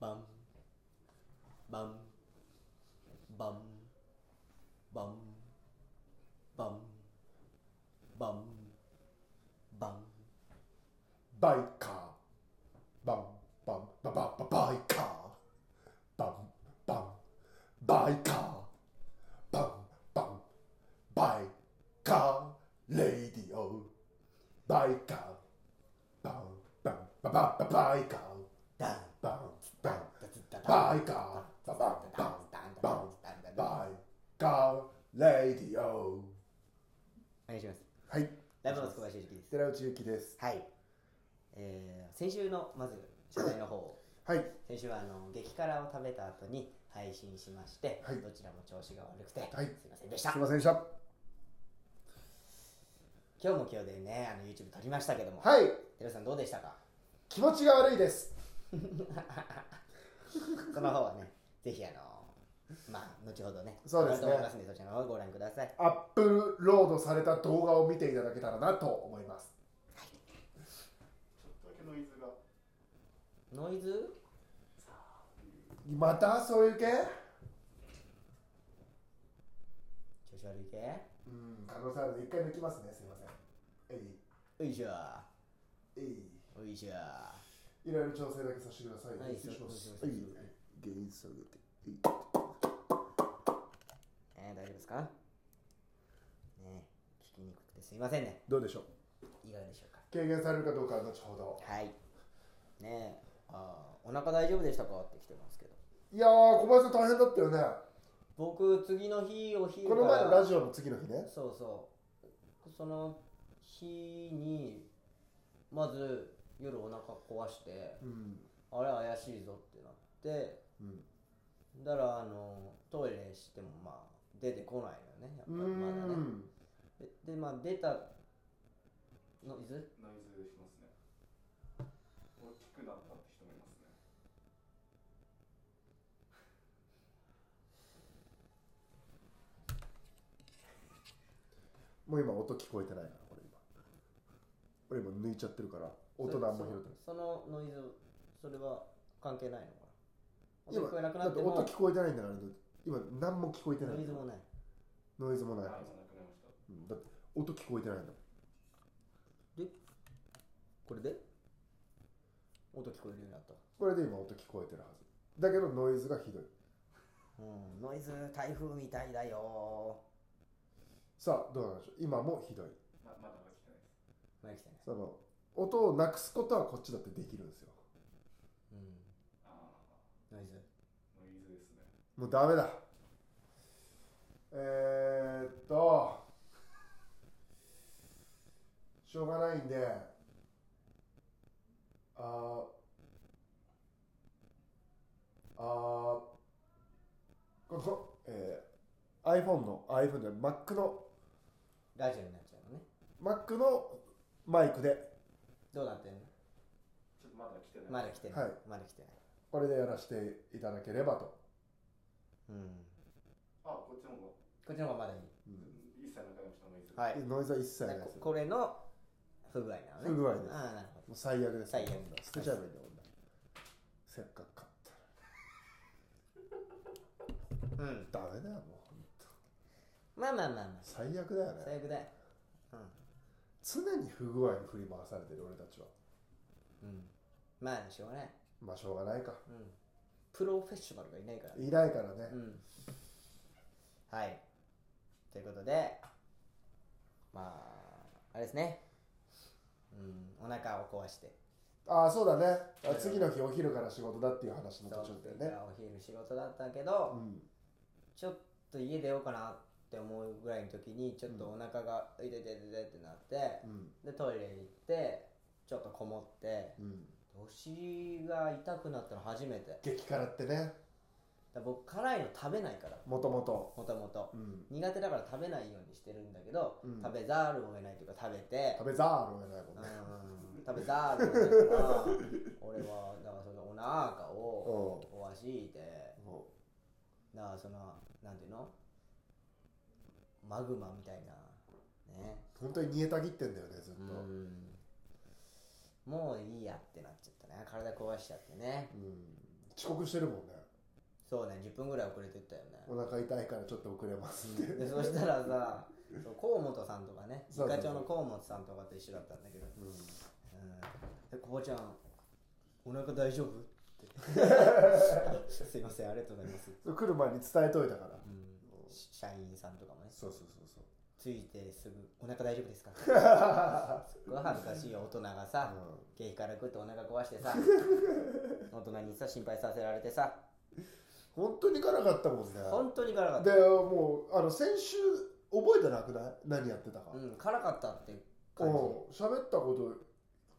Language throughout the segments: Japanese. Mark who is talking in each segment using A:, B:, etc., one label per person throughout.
A: バンバンバンバンバンバンバン
B: バイカーバンバンバンバンバンバイカーバンバンバイカーバンバンバイカーレディオバイカーバンバンバンバンバンバイカー
A: ダン
B: バンバン
A: バ
B: バ
A: イ
B: イ
A: カ
B: カ
A: ー
B: ー
A: バ
B: バ
A: ン
B: ン
A: バ
B: バ
A: ン
B: ン
A: バ
B: バ
A: ン
B: ン
A: バ
B: バ
A: ン
B: ン
A: バン
B: バイカーレディオ
A: お願いします
B: はい
A: ライブの小林ゆきです
B: 寺内ゆきです
A: はいえー先週のまず謝罪の方を
B: はい
A: 先週はあの激辛を食べた後に配信しまして、
B: はい
A: どちらも調子が悪くて、
B: はい
A: すいませんでした
B: すいませんでした
A: 今日も今日でねあの YouTube 撮りましたけども、
B: はい
A: 寺さんどうでしたか
B: 気持ちが悪いです
A: その方はねぜひあのまあ後ほどね
B: そうですね
A: あると思いますんでそちらの方をご覧ください
B: アップロードされた動画を見ていただけたらなと思います
A: ノイズ
B: またそういう系
A: 調子悪いけ
B: うん可能性あるので一回抜きますねすいませんえ
A: おいしょ
B: いえ
A: おいしょ
B: いいろいろ調整だけさせてください、
A: はい
B: 失礼しま
A: そう
B: す
A: そうそうそう
B: えい原因下げてえい
A: えー、大丈夫ですかね聞きにくくてすいませんね
B: どうでしょう
A: いかがでしょうか
B: 軽減されるかどうかは後ほど
A: はいねえあーお腹大丈夫でしたかって来てますけど
B: いやー小林さん大変だったよね
A: 僕次の日お昼か
B: こ
A: ら
B: の前のラジオの次の日ね
A: そうそうその日にまず夜お腹壊して
B: うん
A: あれ怪しいぞってなって
B: うん
A: だからあのトイレしてもまあ出てこないのよねやっぱ
B: う
A: り
B: ー
A: まだね
B: ん
A: ででまあ出たノイズ
C: ノイズしますね。大きくなったって人もいますね。
B: もう今音聞こえてないな俺今俺今抜いちゃってるから音何も拾ってない
A: そそのノイズそれは関係ないのかな音
B: 今
A: 聞こえなくな
B: だっ
A: ってて
B: 音
A: も
B: 聞こえてないんだから今何も聞こえてない
A: ノイズもない
B: ノイズもない、
C: はい、なくなりました。
B: うんだって音聞こえてないんだもん
A: これで音聞こえるようになった
B: これで今音聞こえてるはずだけどノイズがひどい
A: うんノイズ台風みたいだよ
B: さあどうなんでしょう今もひどい
C: ままだまだ来てない
A: まだ来
C: です。
A: てない
B: その音をなくすことはこっちだってできるんですよ
A: うん
C: ああ、
A: ノイズ
C: ノイズですね。
B: もうダメだえー、っとしょうがないんであーあーこの、えー、iPhone の iPhone で Mac の
A: ラジオになっちゃうのね
B: Mac のマイクで
A: どうなってんの
C: ちょっとまだ来てない。
A: まだ来てない、
B: はい
A: まだ来てない
B: これでやらせていただければと、
A: うん
C: あ、こっちの方が
A: こっちの方がまだいい
B: うん
C: 一切なくなりました、ノイズ。
A: はい
B: ノイズは一切ない
A: だ
B: で
A: こ
B: す
A: これの不具合なのね
B: 不具合です
A: ああなるほど
B: もう最悪です
A: 最悪
B: こんな捨てちゃえばいいんだこんなせっかく買った
A: うん
B: ダメだよもう本当
A: まあまあまあまあ
B: 最悪だよ
A: 最
B: ね
A: 悪だようん
B: 常に不具合に振り回されてる俺たちは
A: うんまあしょうがない
B: まあしょうがないか
A: うんプロフェッショナルがいないから
B: いないからね、
A: うんはいということでまああれですねうんお腹を壊して
B: ああそうだね
A: う
B: あ
A: ん
B: 次の日お昼から仕事だっていう話の
A: そう
B: 途中だよね
A: お昼仕事だったけ
B: う
A: ど、
B: ん
A: ちょっと家出ようかなって思うぐらいの時にちょっとお腹が「いてててて」ってなって
B: うん
A: でトイレ行ってちょっとこもって
B: うん
A: お尻が痛くなったの初めてだか
B: 激辛ってね
A: ら僕辛いの食べないから
B: もともと
A: もともと
B: うん
A: 苦手だから食べないようにしてるんだけど、
B: うん
A: 食べざるを得ないというか食べて
B: 食べざるを得ないもん
A: う
B: ね
A: ん食べざるを得ないから俺はだからそのお腹を
B: おう
A: 壊して
B: おう
A: だからそのなんていうのマグマみたいなね
B: 本当に煮えたぎってんだよねずっと
A: うんもういいやってなっちゃったね体壊しちゃってね
B: うん遅刻してるもんね
A: そうね10分ぐらい遅れてったよね
B: お腹痛いからちょっと遅れますって、
A: でそしたらさそう河本さんとかね
B: そうそうそう
A: 課長の河本さんとかと一緒だったんだけど「
B: うん
A: うん、でこぼちゃんお腹大丈夫?」っ て「 すいませんありがとうございます」
B: そう来る前に伝えといたから
A: うん、し社員さんとかもね
B: そうそうそうそう
A: ついてすぐ「お腹大丈夫 ですか? 」すっごい恥ずかしいよ大人がさ、経費から食ってお腹壊 してさ大人にさ心配させられてさ
B: 本当に行かなかったもんね
A: 本当に辛かった
B: でもうあの先週覚えてなくない何やってたか、
A: うん辛かったって
B: う
A: 感
B: ん
A: じ
B: 喋ったこと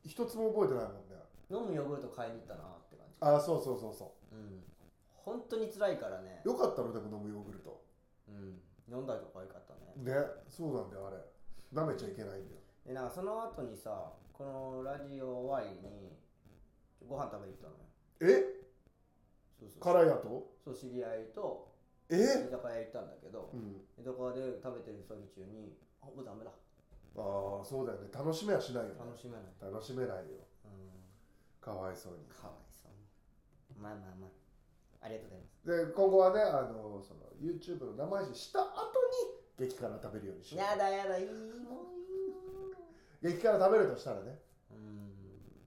B: 一つも覚えてないもんね
A: 飲むヨーグルト買いに行ったなって感じ
B: ああそうそうそうそ
A: うん本当に辛いからね
B: うよかったのでも飲むヨーグルト
A: うん飲んだりとかわいかったね
B: ねそうなんだよあれ舐めちゃいけないんだよ
A: でなんかその後にさこのラジオ終わりにご飯食べに行ったのよ
B: え
A: そうそう
B: 辛いやと
A: そう知り合いと居
B: え
A: 酒屋行ったんだけど
B: うん
A: 居酒屋で食べてる最中にあもうダメだ
B: ああそうだよね楽しめはしないよね
A: 楽しめない
B: 楽しめないよ
A: うん
B: かわいそうに
A: かわいそうにまあまあまあありがとうございます
B: で今後はねあのその YouTube の生配信した後に激辛食べるようにしよ
A: や
B: う
A: だやだいいもういいよ
B: 激辛食べるとしたらね
A: うん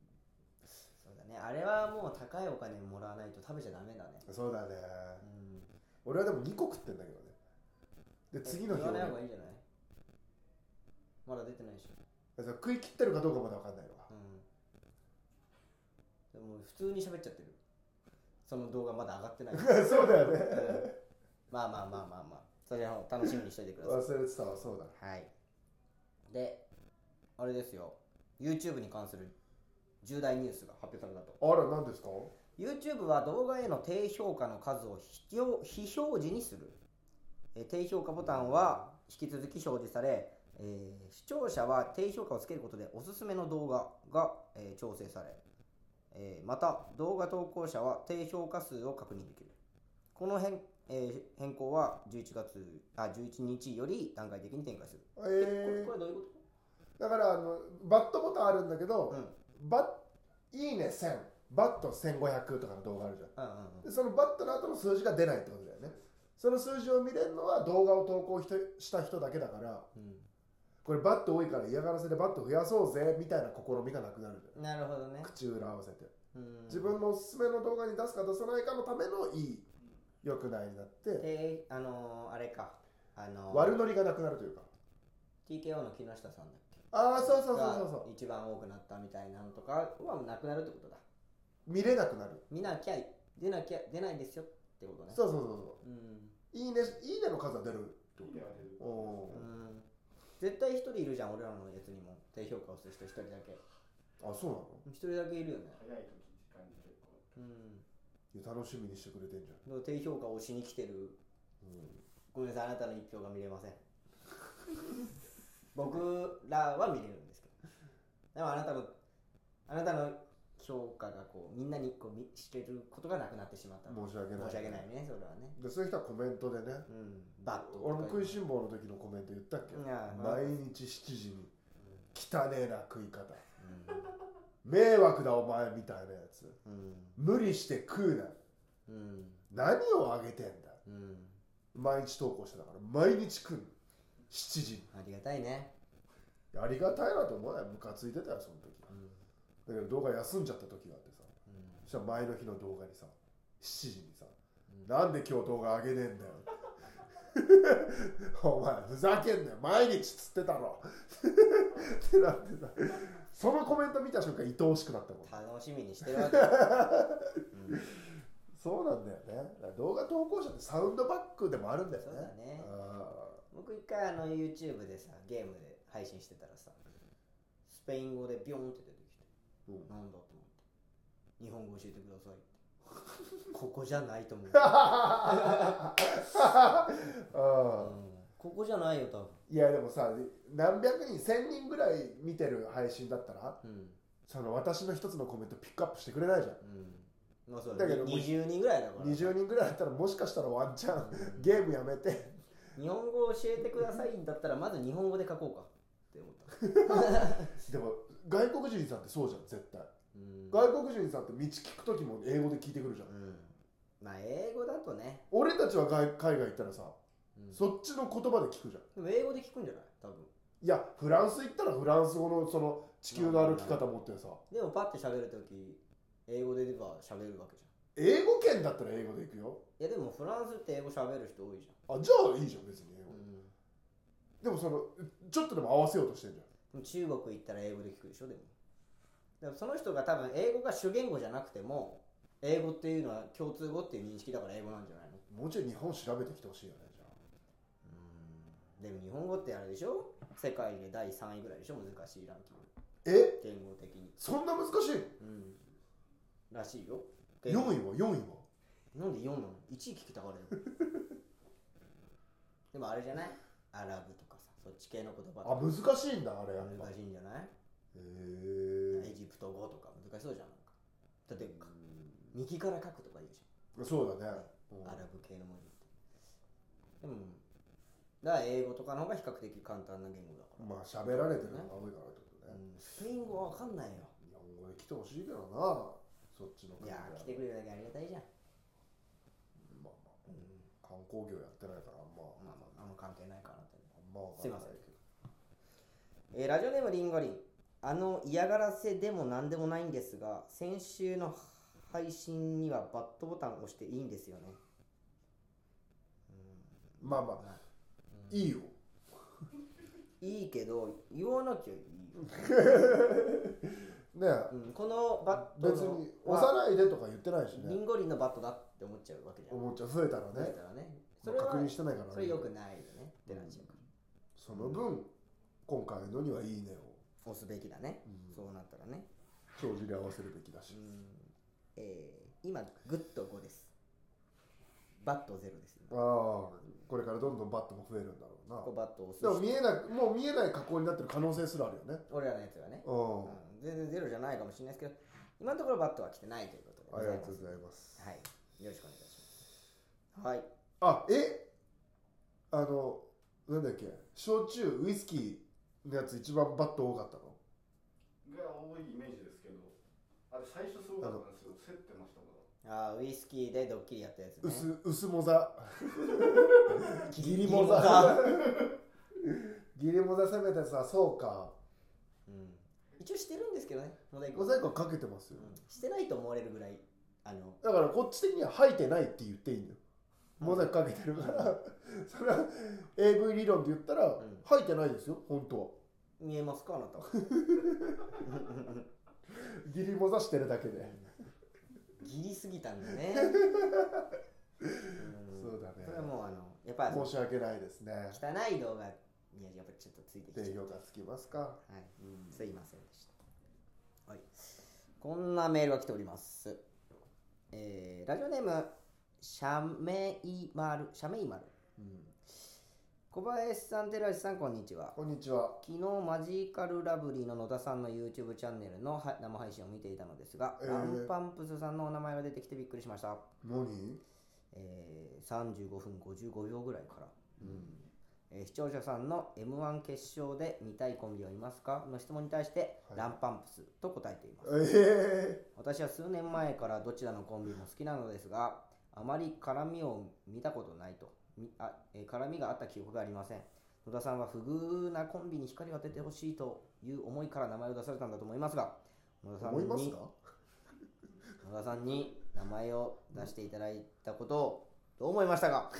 A: そうだねあれはもう高いお金もらわないと食べちゃダメだね
B: そうだね
A: うん
B: 俺はでも2個食ってんだけどねで次の日
A: 言わ
B: 俺
A: ない方がいいんじゃないまだ出てないでしょ
B: だから食い切ってるかどうかまだ分かんないわ
A: うんでも普通に喋っちゃってるその動画まだ上が ってない
B: そうだよ
A: う
B: ね
A: んまあまあまあまあまあそれを楽しみにしといてくださ
B: 忘れてたわそうだ
A: いはいであれですよ YouTube に関する重大ニュースが発表されたと
B: あら何ですか
A: YouTube は動画への低評価の数を非表非表示にするえー低評価ボタンは引き続き表示され、えー視聴者は低評価をつけることでおすすめの動画が、えー調整され、えーまた動画投稿者は低評価数を確認できるこの変,、えー変更は11月あ11日より段階的に展開する、
B: え
A: これこれどういうこ
B: ー、だからあのバットボタンあるんだけど、
A: と、うん、うん
B: バッいいね1000バット1500とかの動画あるじゃん
A: うんうん
B: でそのバットの後の数字が出ないってことだよねその数字を見れるのは動画を投稿ひとした人だけだからこれバット多いから嫌がらせでバット増やそうぜみたいな試みがなくなるじゃん
A: うんなるほどね、
B: 口裏合わせて
A: うん
B: 自分のおすすめの動画に出すか出さないかのためのいい良くないになって
A: であのーあれかあのー
B: 悪ノリがなくなるというか
A: TKO の木下さんだっけ
B: ああそうそうそうそうそ
A: が一番多くなったみたいなのとかはなくなるってことだ
B: う見れなくなる
A: 見なきゃ出なきゃ出ないですよってことね
B: そうそうそうそ
A: う
B: う
A: ん
B: いいねいいねの数は出るって
C: いい
B: こ
C: ねは出る
B: とお
A: うん絶対一人いるじゃん俺らのやつにも低評価をする人一人だけ
B: ーあそうなの
A: 一人だけいるよね
C: 早い時間に結
A: う
C: 構
A: ん
B: いや楽しみにしてくれてんじゃん、
A: でも低評価をしに来てるごめんなさいあなたの一票が見れません僕らは見れるんですけどでもあなたのあなたの評価がこうみんなにこう見してることがなくなってしまったの
B: うん、申し訳ない
A: 申し訳ないねそれはね
B: でそういう人はコメントでね
A: うんバッと
B: 俺も食いしん坊の時のコメント言ったっけ
A: いや
B: 毎日7時に汚ねえな食い方
A: う
B: 迷惑だお前みたいなやつ
A: ん
B: 無理して食うな
A: うんうん
B: 何をあげてんだ
A: うん
B: 毎日投稿してたから毎日食うの7時に
A: ありがたいね
B: ありがたいなと思わないムカついてたよその時
A: うん
B: だけど動画休んじゃった時があってさ
A: うん
B: そしたら前の日の動画にさ7時にさ、
A: うん
B: なんで今日動画上げねえんだよ お前ふざけんなよ毎日つってたろってなってさそのコメント見た瞬間愛おしくなったもん
A: 楽しみにしてるわけだうん
B: そうなんだよねだから動画投稿者ってサウンドバックでもあるんだよね
A: そうだね
B: あ
A: 僕一回あの YouTube でさゲームで配信してたらさスペイン語でビョンって出てきて
B: ーうん
A: なんだと思って日本語教えてくださいってここじゃないと思う、
B: あー
A: うんここじゃないよ多
B: いやでもさ何百人千人ぐらい見てる配信だったら
A: 分うん
B: その私の一つのコメントピックアップしてくれないじゃん
A: うんまあそうだ
B: だ
A: ね
B: けどもう
A: 20人ぐらいだから
B: 20人ぐらいだったらもしかしたらワンチャンゲームやめて
A: 日本語を教えてくださいんだったらまず日本語で書こうかって思った
B: でも外国人さんってそうじゃん絶対
A: うん
B: 外国人さんって道聞く時も英語で聞いてくるじゃん
A: うんまあ英語だとね、
B: 俺たちは外海外行ったらさ
A: うん
B: そっちの言葉で聞くじゃん
A: でも英語で聞くんじゃない多分
B: いやフランス行ったらフランス語のその地球の歩き方持ってさ
A: でもパッて喋るとき英語で言えば喋るわけじ
B: 英語圏だったら英語で行くよ
A: ゃんいやでもフランスって英語喋る人多いじ
B: あじゃあいいじゃん別に英
A: ゃん、
B: 語でもそのちょっとでも合わせようとしてんじゃ
A: で
B: ん
A: も中国行ったら英語で聞くでしょでもでもその人が多分英語が主言語じゃなくても英語っていうのは共通語っていう認識だから英語なんじゃないの
B: もうちょい日本調べてきてほしいよねじゃ
A: でも日本語ってあれでしょ世界で第3位ぐらいでしょ難しいランキング
B: あえ
A: 言語的に
B: そんな難しい
A: うんらしいよ
B: の4位は4位は
A: なんで4なの ?1 位聞きたからよでもあれじゃないアラブとかさそっち系の言葉
B: あ難しいんだあれやっぱ
A: 難
B: へ
A: しいんじゃないエ
B: え
A: ジプト語とか難しそうじゃんなんかだってか右から書くとか言うじ
B: そうだねう
A: ゃんア
B: ん
A: ラブ系の文字ってでもだから英語とかの方が比較的簡単な言語だから、
B: まあ喋られてるのが多いからってこ
A: う
B: とね
A: ん、スペイン語は分かんないよ
B: 日本語で来てほしいけどなそっちの
A: いやー来て
B: で
A: くれるだけありがたいじゃん、
B: まあまあ
A: うん、
B: 観光業やってないからあんま
A: まあまああんま関係ないかなって
B: あんまわかんないけど
A: えーラジオネームリンゴリンあの嫌がらせでも何でもないんですが先週の配信にはバットボタンを押していいんですよね
B: まあまあいいよ
A: いいけど言わなきゃいいよ、
B: ねえ
A: うん、このバット
B: 別
A: の
B: に押さないでとか言ってないし
A: リ
B: ね
A: ンゴリンのバットだって思っちゃうわけじゃん
B: おもちゃ増えたら
A: だ
B: ね
A: からねそ
B: ま
A: れ
B: あ
A: は
B: 確認してないからね
A: それよくないよねってなっちゃうから、
B: その分今回のにはいいねを
A: 押すべきだね、
B: うん
A: そうなったらね、
B: 帳尻合わせるべきだし
A: うんえー今グッと5ですバット0です
B: ああこれからどんどんバットも増えるんだろうな
A: ここバットを押す
B: でも見えないもう見えない加工になってる可能性すらあるよね
A: 俺らのやつはね、
B: うん
A: うん全然ゼロじゃないかもしれないですけど今のところバットは来てないということで
B: ありがとうご
A: は
B: ざいます
A: いよろしくお願いしますはい
B: あえあのなんだっけ焼酎ウイスキーのやつ一番バット多かったの
C: が多いイメージですけど、あれ最初すごかったんですよ。競ってましたから。
A: あーウイスキーでドッキリやったやつね
B: 薄薄も ざギリモ
A: モ
B: ザ
A: ザ
B: ギリモザ攻めてさそうか
A: うん一応してるんですけどねモザイク
B: モザイクはかけてます
A: う
B: よ、
A: んしてないと思われるぐらいあの
B: だからこっち的には吐いてないって言っていいんだよモザイクかけてるから それは AV 理論で言ったら、
A: ん
B: 吐いてないですよ本当は
A: 見えますかあなた
B: ギリモザしてるだけで、
A: ギリすぎたんだ ねうん
B: そうだね
A: それはもうあのやっぱり汚
B: 申し訳ないですね
A: い動画にはやっぱりちょっとついてきちゃ
B: 低
A: う
B: 評価つきますか
A: はいすいませんでした。はい。こんなメールが来ております。えーラジオネーム、シャメイマル、シャメイマル。小林さん、寺内さん、こんにちは。
B: こんにちは
A: 昨日、マジカルラブリーの野田さんの YouTube チャンネルのは生配信を見ていたのですが、
B: えー
A: ランパンプスさんのお名前が出てきてびっくりしました。
B: 何
A: えー35分55秒ぐらいから。えー視聴者さんの m 1決勝で見たいコンビはいますかの質問に対して、
B: はい
A: ランパンプスと答えています
B: え
A: 私は数年前からどちらのコンビも好きなのですがあまり絡みを見たことないとみあ、えー絡みがあった記憶がありません野田さんは不遇なコンビに光を当ててほしいという思いから名前を出されたんだと思いますが野田
B: ー、
A: さん
B: 思います
A: に
B: か
A: 野田さんに名前を出していただいたことをどう思いましたか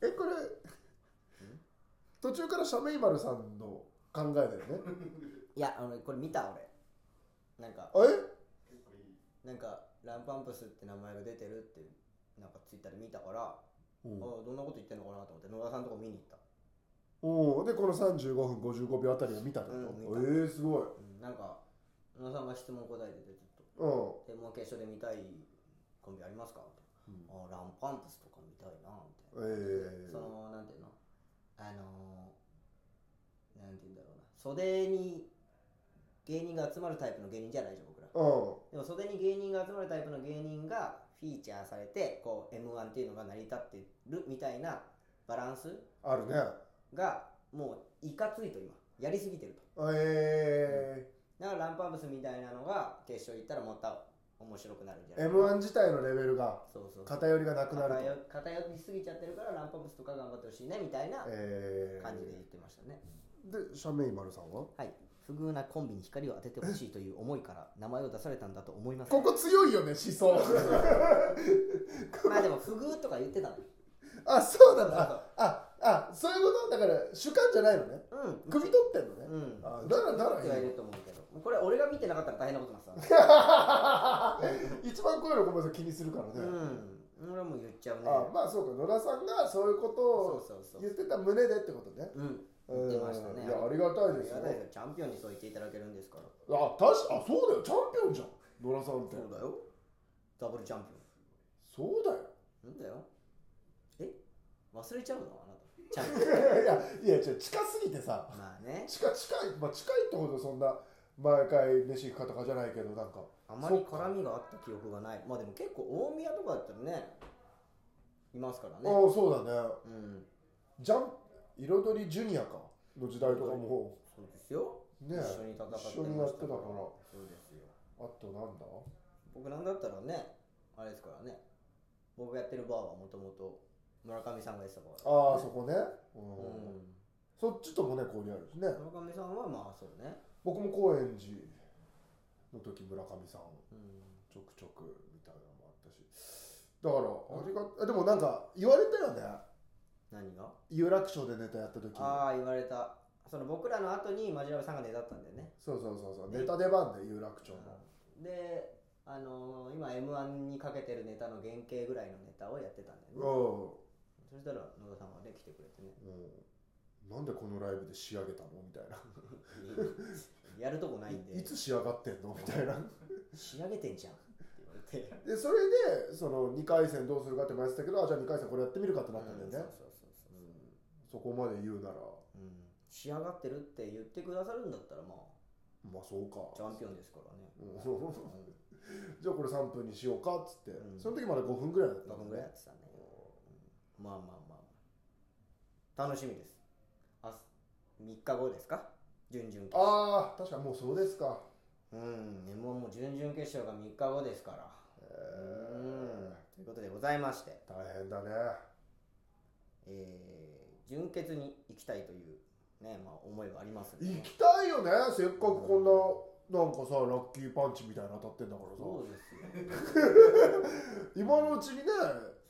B: えこれ途中からシャメイマルさんの考えだよね
A: いやあのこれ見た俺なんか
B: あえ
C: 結構いい。
A: なんかランパンプスって名前が出てるってなんかツイッターで見たから、あーどんなこと言ってんのかなと思って野田さんのとこ見に行った
B: おおでこの35分55秒あたりを見たってこと、
A: うん見
B: えー、すごい
A: うんなんか野田さんが質問答えててずっと
B: うん
A: 「でもう決勝で見たいコンビありますか?」みたいなあーランパンプスとか見たいな」みたいな、
B: えー
A: そのなんていうのあのー、なんていうんだろうな袖に芸人が集まるタイプの芸人じゃないじゃん僕ら
B: う
A: でも袖に芸人が集まるタイプの芸人がフィーチャーされてこう m 1っていうのが成り立ってるみたいなバランス
B: んあるね
A: がもういかついと今やりすぎてると
B: え
A: だからランパーブスみたいなのが決勝行ったらまた面白くなるんじゃない
B: M1 自体のレベルが
A: そうそう
B: 偏りがなくなる
A: 偏
B: と。
A: 偏りすぎちゃってるからランパーブスとか頑張ってほしいねみたいな
B: え
A: 感じで言ってましたね、
B: ー、で、シャメイマルさんは
A: はい不遇なコンビに光を当ててほしいという思いから名前を出されたんだと思います
B: ここ強いよね、思想。
A: まあでも不遇とか言ってたの
B: あ、そうな
A: そ
B: ん
A: う
B: だ。あ、あ、そういうことだから主観じゃないのね。
A: そううん
B: 汲み取ってんのね。
A: うん
B: あだからだ
A: っ
B: か
A: て
B: ら
A: はい
B: いい
A: る
B: よ
A: と思うけどもうこれ俺が見てなかったら大変なことになって
B: 一番こういうのごめんなさい気にするからね。
A: たうん俺はもう言っちゃうね
B: あ、まあそうか。野田さんがそういうこと
A: そう
B: を
A: そうそう
B: 言ってた胸でってことね。
A: うん
B: うん
A: 言ってましたね
B: いやありがたいですよ
A: ありがたいですよチャンピオンにそう言っていただけるんですから
B: あ、確かあそうだよ。チャンピオンじゃん。野田さんって。
A: そうだよダブルチャンピ
B: そうだよ。
A: オンなんだよえ忘れちゃうのあなたチ ャンピオン
B: いやいやちょ近すぎてさ
A: まあね
B: 近近いまあ近いってほどそんな毎回飯行くかとかじゃないけどなんか
A: あまり絡みがあった記憶がないまあでも結構大宮とかだったらねいますから
B: ああ
A: ね
B: そうだね
A: うん
B: ジャン彩りジュニアかの時代とかも
A: そうですよ
B: ね
A: 一緒に戦ってました
B: 一緒にやってたから
A: そうですよ
B: あとなんだ
A: 僕なんだったらねあれですからね僕がやってるバーはもともと村上さんがやってたバーだ
B: ああそこね、う
A: うんん
B: そっちともね交流あるしね
A: 村上さんはまあそうね
B: 僕も高円寺の時村上さん
A: うん
B: ちょくちょくみたいなのもあったしだからありがあでもなんか言われたよね
A: 何が
B: 有楽町でネタやった時
A: ああ言われたその僕らの後にマジラブさんが出だったんだよね
B: そうそうそうそうネタ出番で有楽町の
A: であのー今 m 1にかけてるネタの原型ぐらいのネタをやってたんだよねそ
B: うん
A: したら野田さんがね来てくれてね
B: うんなんでこのライブで仕上げたのみたいな、
A: やるとこないんで
B: いつ仕上がってんのみたいな
A: 仕上げてんじゃんって言われて
B: でそれでその2回戦どうするかって迷ってたけどあじゃあ2回戦これやってみるかってなったんだよね、
A: うんそうそうそうそう
B: そこまで言うなら
A: うん仕上がってるって言ってくださるんだったらまあ
B: まあそうか
A: チャンピオンですからね
B: うんじゃあこれ3分にしようかっつって、
A: うん
B: その時まだ5分ぐらいだった
A: 5分
B: ん
A: ぐ
B: だ
A: らい
B: ね
A: やってたねまあまあまあ楽しみです明日3日後ですか準々決勝
B: ああ確かもうそうですか
A: うん m 1も準々決勝が3日後ですからうんということでございまして、
B: 大変だね
A: えー、準決に行きたいというねまあ思いはありますんでね
B: 行きたいよねせっかくこんななんかさラッキーパンチみたいなの当たってんだからさ
A: そうですよ
B: 今のうちにね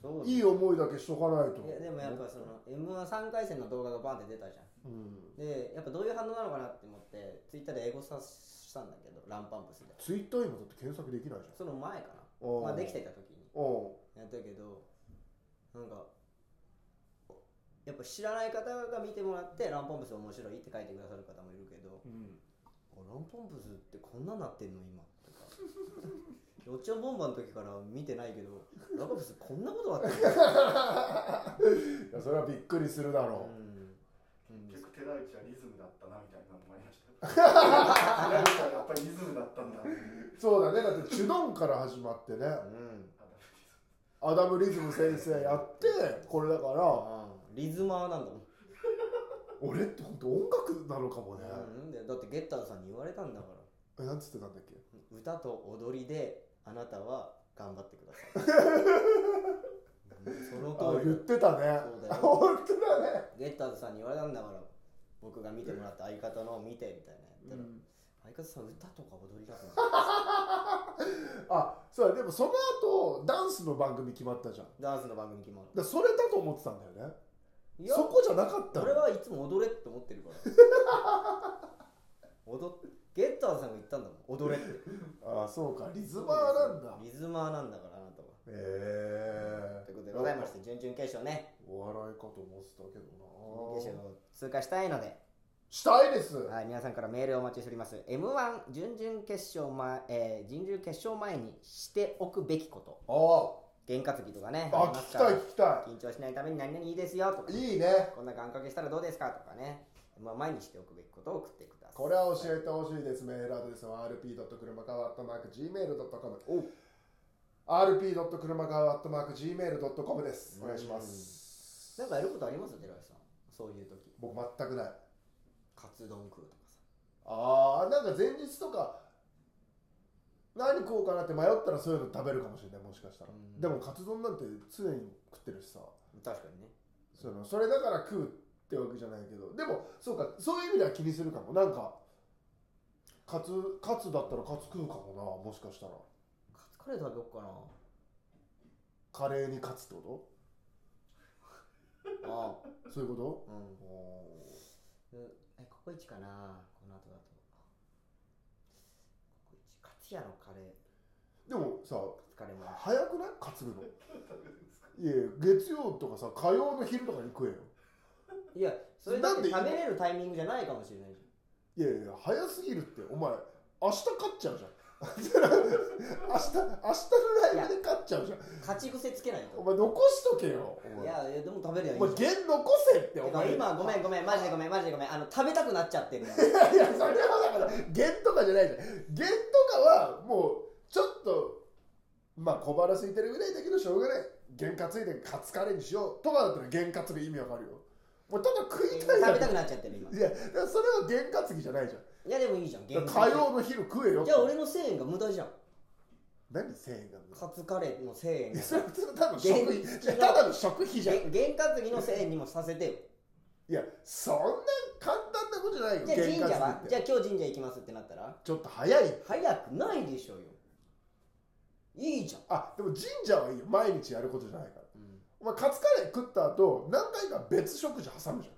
A: そうです
B: いい思いだけしとかないと
A: いやでもやっぱその m 1 3回戦の動画がバンって出たじゃん
B: うん
A: でやっぱどういう反応なのかなって思ってツイッターで英語さしたんだけどランパンプスで
B: ツイッター今だって検索できないじゃん
A: その前かな
B: おう
A: まあできてた時に
B: お
A: やったけどなんかやっぱ知らない方が見てもらってランパンプス面白いって書いてくださる方もいるけど
B: う、ん、
A: あランパンプスってこんなんなってんの今とかよっちゃんボンバーの時から見てないけどランパンプスこんなことなってんの
B: いやそれはびっくりするだろ
A: うん、うん
C: 結局寺内はリズムだったなみたいなのもあり ました寺内はやっぱりリズムだったんだっていう
B: う、そうだねだってチュドンから始まって
A: う
B: ね
A: ん
C: あ
B: ア
C: ダメです
B: ダムリズム先生やってこれだから
A: あーリズマーなんだもん、
B: 俺って本当音楽なのかもね、
A: うん、でだってゲッターズさんに言われたんだから
B: えなんつってたんだっけ
A: 歌と踊りであなたは頑張ってくださいうんそ
B: あ
A: の通り
B: 言ってたね
A: そうだよ
B: 本当だね、
A: ゲッターズさんに言われたんだから僕が見てもらった相方のを見てみたいなやったら、相方さん歌とか踊りだと思って
B: あそうだでもその後ダンスの番組決まったじゃんだか
A: ダンスの番組決まる
B: らそれだと思ってたんだよね
A: いや
B: そこじゃなかったの
A: 俺はいつも踊れって思ってるから 踊っゲッターズさんが言ったんだもん踊れって
B: あそうかリズマーなんだ
A: リズマーなんだからあなたは
B: へえ
A: ということでございまして準々決勝ね
B: お笑いかと思ってたけど
A: 準決勝
B: な
A: を通過したいので、
B: したいです
A: はい、皆さんからメールをお待ちしております。M1 準々決勝前、えー準々決勝前にしておくべきこと、
B: あ
A: 験担ぎとかね、
B: あ
A: り
B: あ
A: ます
B: 聞き
A: か
B: た
A: ら
B: い聞きた
A: 緊張しないために何々いいですよとか、
B: いいいね
A: こんな願掛けしたらどうですかとかね、まあ前にしておくべきことを送ってください。
B: これは教えてほしいですメールアドレスは rp. 車川 .gmail.com
A: おう
B: rp. 車川 .gmail.com ですお願いします
A: なんかやることあります寺内さん。そういう時
B: 僕全くない
A: カツ丼食うとかさ。
B: あああなんか前日とか何食おうかなって迷ったらそういうの食べるかもしれないもしかしたら、
A: うん
B: でもカツ丼なんて常に食ってるしさ
A: 確かにね
B: そのそれだから食うってわけじゃないけどでもそうかそういう意味では気にするかもなんかカツカツだったらカツ食うかもなもしかしたら
A: カツカレー食べよっかな
B: カレーにカツってこ
A: あ
B: とそういうこ
A: あうん
B: とおー
A: うえココイチかなこの後だとココイチカツヤのカレー
B: でもさ
A: カツカレーもある
B: 早くない担ぐの
C: 食べるんですか
B: いやいや月曜とかさ火曜の昼とかに食えよ
A: いやそれだって
B: な
A: 食
B: んで
A: べれるタイミングじゃないかもしれないじ
B: いやいや早すぎるってお前明日勝っちゃうじゃん 明日明日のライブで勝っちゃうじゃん
A: ゃん勝ち癖つけないと
B: お前残しとけよお
A: い
B: 前
A: やいやでも食べりゃいい
B: お前
A: じゃ
B: 弦残せって
A: ん
B: お
A: てか
B: 前
A: 今ごめんごめんマジでごめんマジでごめんあの食べたくなっちゃ ってるの
B: いやいやそれはだから弦とかじゃないじゃん弦とかはもうちょっとまあ小腹空いてるぐらいだけどしょうがない弦担いでカツカレーにしようとかだったら弦担ぎ意味わかるよお前ただ食いたい
A: 食べた
B: だけ
A: くなっちゃってる今
B: いやだからそれは弦担ぎじゃないじゃん
A: いやでもいいじゃん
B: だから火曜の昼食えよ
A: じゃあ俺の1000円が無駄じゃん
B: 何1000円が無駄
A: カツカレーの1000円
B: いや
A: が
B: それ普通のただの食費いやただの食費じゃんい
A: げ験担ぎの1000円にもさせてよ
B: やそんな簡単なことじゃないよ
A: じゃあ神社
B: 験担ぎ
A: は
B: っ
A: じゃ
B: て
A: あ今日神社行きますってなったら
B: ちょっと早い
A: 早くないでしょうよいいじゃん、
B: あでも神社はいいよ毎日やることじゃないからお前カツカレー食った後何回か別食事挟むじゃ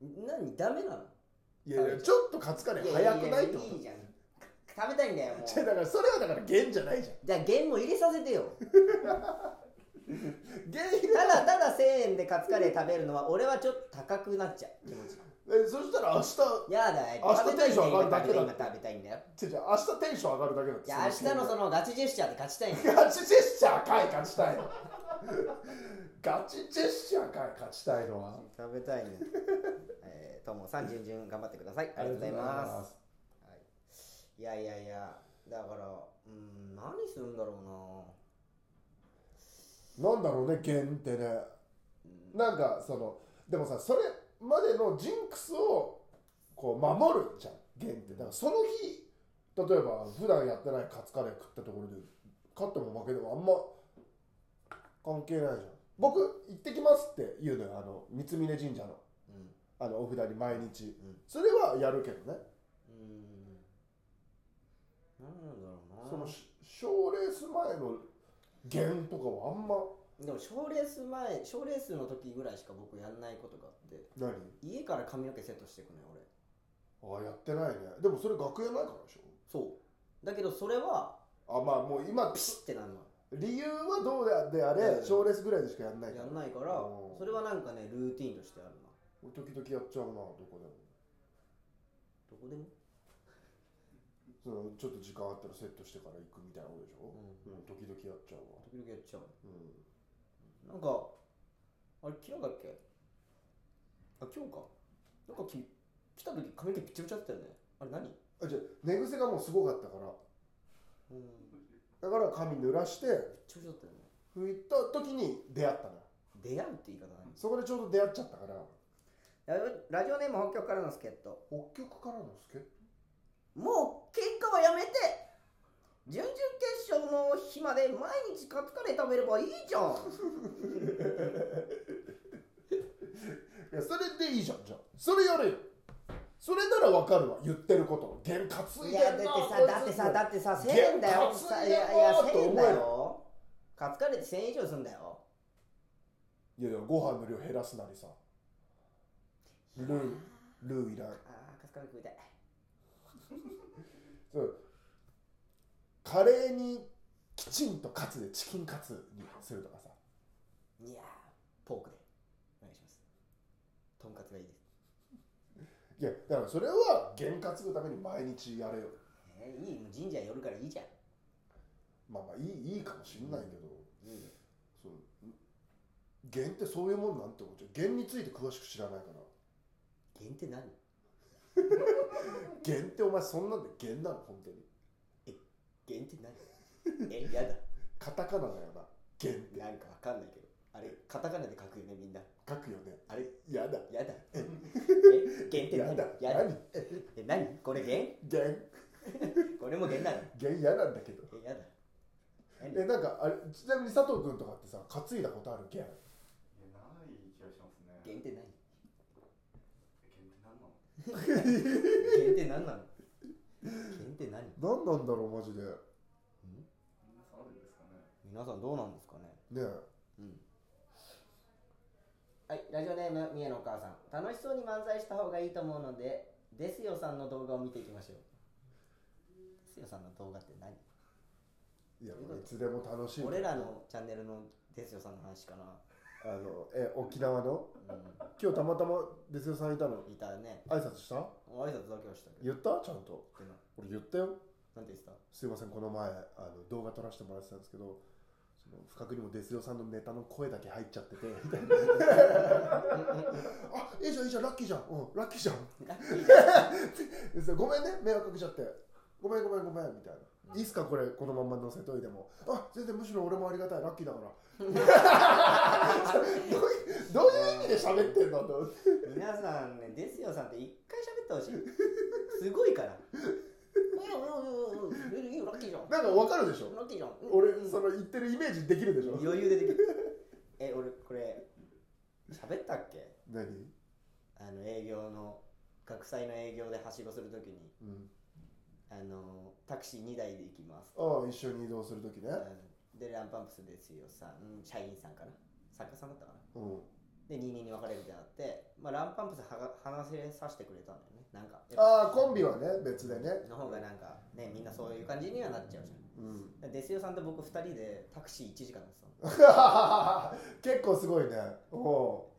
A: 何ダメなの
B: んいやいやちょっとカツカレー早くないってこ
A: やや
B: と
A: いいじゃん食べたいんだよもう
B: 違うだからそれはだから弦じゃないじゃん
A: じゃあ弦も入れさせてよ
B: 弦入れ
A: ただただ1000円でカツカレー食べるのは俺はちょっと高くなっちゃう気持ちが
B: えそしたら明日
A: やだよ
B: 明日
A: 食べたいんだよ
B: テンション上がるだ
A: 今
B: けだ
A: 食べたいんだよ
B: 違う違う明日テンション上がるだけだって
A: じゃあ明日のそのガチジェスチャーで勝ちたいんだよ
B: ガチジェスチャーかい勝ちたいの ガチジェスチャーかい勝ちたいのは
A: 食べたいね えー、ともさん順々頑張ってくださいありがとうございます
B: す
A: いやいやいやだからうん何するんだろ
B: なんだろうね弦ってねなんかそのでもさそれまでのジンクスをこう守るじゃん弦ってだからその日例えば普段やってないカツカレー食ったところで勝っても負けてもあんま関係ないじゃん僕行ってきますって言うのよあの三峯神社
A: うなう
B: の
A: ん
B: あのお札に毎日、
A: ん
B: それはやるけどね
A: うん何なんだろうな
B: そのし賞レース前の弦とかはあんま
A: でも賞レース前賞レースの時ぐらいしか僕やんないことがあって
B: 何
A: 家から髪の毛セットしていくのよ俺
B: あやってないねでもそれ学園前からでし
A: そうだけどそれは
B: ょあまあもう今
A: ピシッてなるの
B: 理由はどうであれ
A: うん
B: 賞、レースぐらいでしかやんないか
A: や
B: ら
A: んないから
B: うん
A: それはなんかねルーティンとしてあるな
B: 俺時々やっちゃうなどこでも
A: どこでも
B: そのちょっと時間あったらセットしてから行くみたいなことでしょ、
A: う
B: うん時々やっちゃうわ、
A: 時々やっちゃう
B: うん
A: なんか、あれ、昨日だっけあ、今日か。なんかき来た時髪の毛びちゃびちゃだったよね。あれ何、
B: あじゃあ寝癖がもうすごかったから
A: うん、
B: だから髪濡らして
A: びちゃびちゃだったよね。
B: 拭いた時に出会ったのよ
A: 出会うって言い方何
B: そこでちょうど出会っちゃったから
A: ラジオネーム北極からの助っ人。
B: 北極からの助っ
A: もう喧嘩はやめて準々決勝の日まで毎日カツカレー食べればいいじゃん。
B: いやそれでいいじゃんじゃあそれやれよそれならわかるわ言ってること原担い
A: い
B: で
A: やだっ
B: ん
A: て
B: な
A: さだってさだってさ1000円だよ
B: いやカツ
A: さ
B: い
A: い
B: や
A: やいや
B: なーと
A: 1000
B: 思
A: 円
B: うよ
A: だよカツカレーって1000円以上すんだよ
B: いやいやご飯の量減らすなりさルールーいらん
A: あーカツカレー食いたい
B: そうカレーにきちんとカツでチキンカツにするとかさ
A: いやーポークでお願いしますとんかつがいいです
B: いやだからそれは原担ぐために毎日やれよ
A: えーいいもう神社寄るからいいじゃん
B: まあまあいいいいかもしんないけど、
A: いいよ
B: そう原ってそういうもんなんて思っちゃう原について詳しく知らないから
A: 限って何
B: 原ってお前そんなんで原なの本当に
A: 限って何 えやだ
B: カタカナだよな原って
A: なんかわかんないけどあれカタカナで書くよねみんな
B: 書くよね
A: あれ
B: やだ
A: やだ
B: え
A: え弦って
B: や
A: 何
B: だ
A: やだ
B: 何
A: え何これ弦
B: 弦
A: これも弦 なの
B: 弦嫌なんだけど
A: えやだ何
B: えなんかあれちなみに佐藤君とかってさ担いだことある弦
C: いやない気がしますね。
A: 弦って何
C: 限定なんなの
A: 弦って何なの弦って何
B: 何なんだろうマジで
C: みんなそうあるんですか ね。
A: 皆さんどうなんですかね
B: ね
A: うんはいラジオネーム三重のお母さん楽しそうに漫才した方がいいと思うのでですよさんの動画を見ていきましょうですよさんの動画って何
B: えいやもういつでも楽しい
A: 俺らのチャンネルのですよさんの話か
B: あのえ沖縄の
A: なう
B: 今日たまたまですよさんいたの
A: んいたね
B: 挨拶した
A: 挨拶だけはしたけど
B: 言ったちゃんと
A: でも
B: 俺言ったよ
A: なんて言ってた
B: すいませんこの前あの動画撮らせてもらってたんですけどその不覚にもですよさんのネタの声だけ入っちゃっててみたいな あいいじゃんいいじゃんラッキーじゃんうんラッキーじゃん
A: ラッキーじゃん
B: そうごめんね迷惑かけちゃってごめんごめんごめんみたいないいっすかこれこのまんま載せといてもあ全然むしろ俺もありがたいラッキーだから どういうどういう意味で喋ってんのと思って
A: 皆さんねですよさんって一回喋ってほしいすごいからうんうんうんうんいいよラッキーじゃんラ
B: なんかわかるでしょ
A: ッキーじゃんうん
B: 俺
A: うん
B: その言ってるイメージできるでしょ
A: 余裕でできるえ俺これ喋ったっけ
B: 何、
A: あの営業の学祭の営業ではしごするときに
B: うん、
A: あのタクシー2台で行きます
B: ああ一緒に移動するときね
A: あのでランパンプスですよさんうん社員さんかな作家さんだったかな
B: うん
A: で22に分かれるってなって、まあ、ランパンプスはが話せさせてくれたんだよねなんか
B: ああコンビはね別でね
A: の方がなんかねみんなそういう感じにはなっちゃうじ
B: うん
A: ゃんですよさんと僕2人でタクシー1時間乗ってたの
B: 結構すごいねおお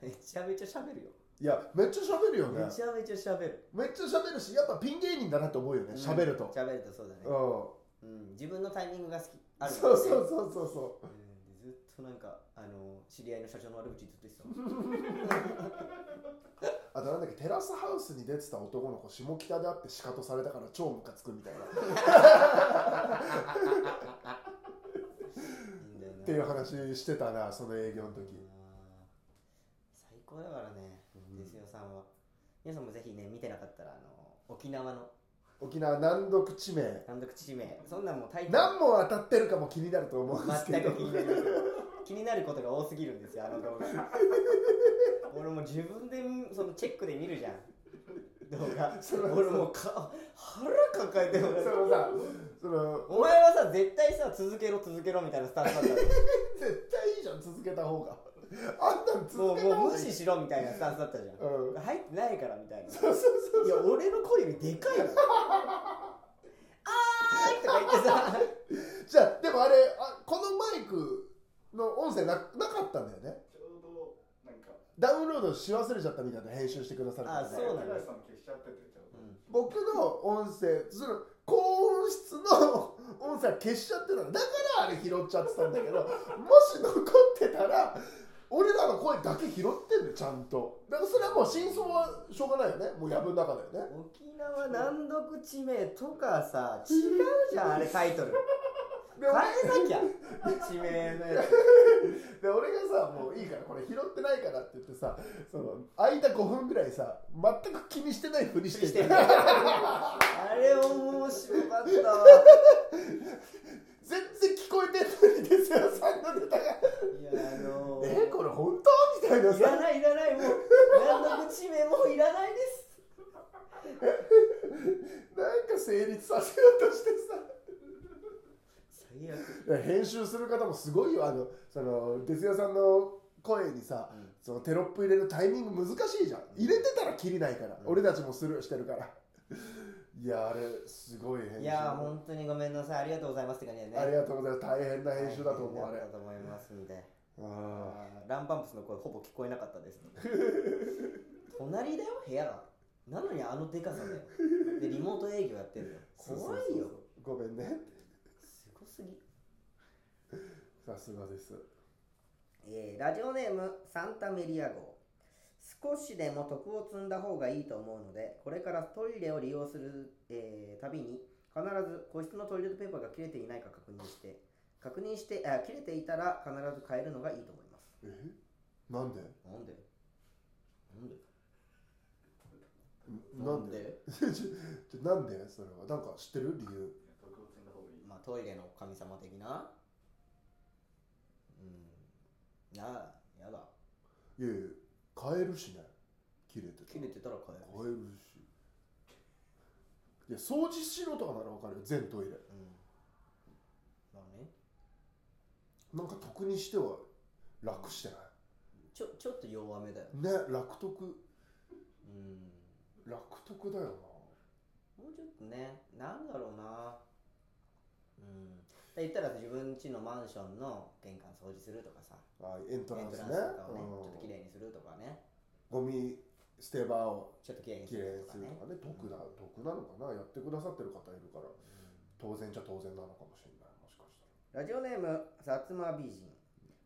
A: めちゃめちゃ喋るよ
B: ういやめっちゃ喋るよね
A: めちゃめちゃ喋る
B: めっちゃ喋るしやっぱピン芸人だなって思うよね喋ると
A: 喋るとそうだね
B: う
A: うん、自分のタイミングが好きあ
B: ん
A: る
B: そうそうそうそうそ
A: うんずっとなんかあの知り合いの社長の悪口ずっと言ってた もん
B: うあとなんだっけテラスハウスに出てた男の子下北であってシカトされたから超ムカつく みたいなっ
A: いいんだよな
B: ていう話してたなその営業の時
A: うん最高だからね
B: うん
A: ですよさんは皆さんもぜひね見てなかったらあの沖縄の
B: 沖縄難読地名
A: 単独地名そんなんもうタイトル
B: 何問当たってるかも気になると思うんですけ
A: 全
B: ど
A: く気になりません気になることが多すぎるんですよあの動画 俺も自分でそのチェックで見るじゃん動画
B: そうそう
A: 俺もうか腹抱えてる
B: そのさその
A: お前はさ絶対さ続けろ 続けろみたいなスタンスだったの
B: 絶対いいじゃん続けた方があんなん
A: も
B: 続
A: う
B: けた
A: も
B: 方
A: う
B: が
A: 無
B: いい
A: 視しろみたいなスタンスだったじゃん
B: うん
A: 入ってないからみたいな
B: そうそうそう
A: いや俺の声よりでかいよあーいとか言ってさ
B: じゃあでもあれあこのマイクの音声ななかったんだよね
C: ちょうどなんか
B: ダウンロードし忘れちゃったみたいで編集してくださる
A: あそうなんだ
C: 高橋さん消しちゃっててちょうど。
B: 僕の音声その高音質の音声は消しちゃってたのだからあれ拾っちゃってたんだけどもし残ってたら俺らの声だけ拾ってんのちゃんとだからそれはもう真相はしょうがないよねもう藪の中だよね
A: 沖縄難読地名とかさ違うじゃんあれタイトル
B: で
A: 変
B: 俺
A: えなきゃ地名のや
B: で俺がさもういいからこれ拾ってないからって言ってさその間5分ぐらいさ全く気にしてないふりし
A: つ
B: て
A: して
B: て
A: るあれ面白かったわ
B: 全然聞こえてないんですよさんのネタが
A: いやあの
B: 「え
A: ー
B: これ本当?」みたいない
A: ら
B: さ
A: ないいらないもう難読地名もういらないです
B: なんか成立させようとして
A: 最悪
B: さ編集する方もすごいよあのその哲也さんの声にさ、
A: ん
B: そのテロップ入れるタイミング難しいじゃん入れてたら切りないから、
A: うん
B: 俺たちもスルーしてるから いやあれすごい編集
A: いやー本当にごめんなさいありがとうございますって感じだよね
B: ありがとうございます大変な編集だと思うあ
A: 大変
B: れ
A: だと思いますんで
B: ああ
A: ランパンプスの声ほぼ聞こえなかった です隣だよ部屋がなのにあのでかさだよでリモート営業やってるの怖いよ
B: ごめんね
A: すごすぎ、
B: さすがです
A: えーラジオネームサンタメリア号少しでも徳を積んだ方がいいと思うのでこれからトイレを利用する、えーたびに必ず個室のトイレットペーパーが切れていないか確認して確認してあ切れていたら必ず変えるのがいいと思います
B: えなんで
A: なんでなんで
B: なんで ちょちょなんでそれはなんか知ってる理由
C: 徳を積んだ方がいい。
A: まあ、トイレの神様的なうんなあやだ
B: いやいや買えるしね切れてた
A: 切れてたら帰
B: 買
A: る、
B: えるしいや掃除しろとかならわかるよ全トイレ
A: うん、まあね
B: なんか得にしては楽してな
A: ちょちょっと弱めだよ、
B: いね楽得
A: うん、
B: 楽得だよな
A: もうちょっとねなんだろうなうんで言ったら自分家のマンションの玄関掃除するとかさ
B: あエント
A: エン
B: ラ
A: ト
B: ンス
A: ラ
B: ね
A: ンスとかをね
B: う
A: ちょっとき
B: ん
A: れいにするとかね
B: ゴミ捨て場を
A: ちょっときれいにす
B: きれい
A: る
B: に
A: と
B: す
A: か
B: る
A: ね
B: とかね得だ得なのかなやってくださってる方いるから当然じゃ当然なのかもしれないもしかした
A: ラジオネーム薩摩美人